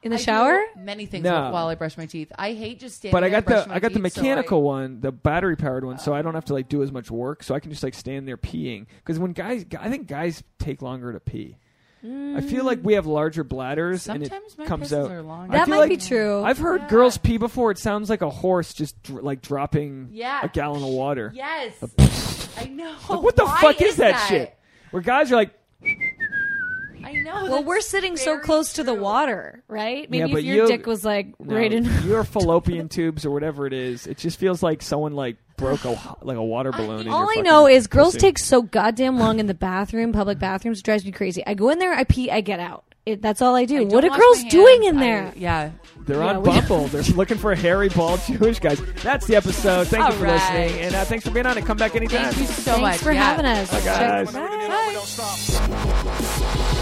In the
I do
shower?
many things
No.
while I brush my teeth. I hate just standing.
But I
there
got the
brushing my
I got the
teeth, so
mechanical one, the battery powered one, so I don't have to like do as much work. So I can just like stand there peeing. Because when guys, gu- I think guys take longer to pee. I feel like we have larger bladders, and
Sometimes
it
my
comes
pisses
out.
are long.
I
That
feel
might
like-
be true.
I've heard
Yeah.
girls pee before. It sounds like a horse just dr- like dropping
Yeah.
a gallon of water.
Yes. I know.
Like, what the
Why
fuck is, that,
that
shit? Where guys are like,
I know.
well,
that's
we're sitting so
very
close to the
true.
water, right? Maybe
Yeah,
if
but
your
you-
dick was like
no,
right in.
your fallopian tubes or whatever it is. It just feels like someone like broke a ho- like a water balloon. in
All
your
I know
fucking
is girls
pussy.
take so goddamn long in the bathroom, public bathrooms. It drives me crazy. I go in there, I pee, I get out. It, that's all I do.
I don't
what are
wash
girls
my
doing
hands.
in
I-
there?
yeah.
They're
Yeah,
on
we-
Bumble. They're looking for hairy, bald Jewish guys. That's the episode. Thank
All
you for
right.
listening, and uh, thanks for being on it. Come back anytime.
Thank you so
Thanks
much
for
Yeah.
having us.
Bye, guys.
Bye.
Whenever we do that, we don't stop.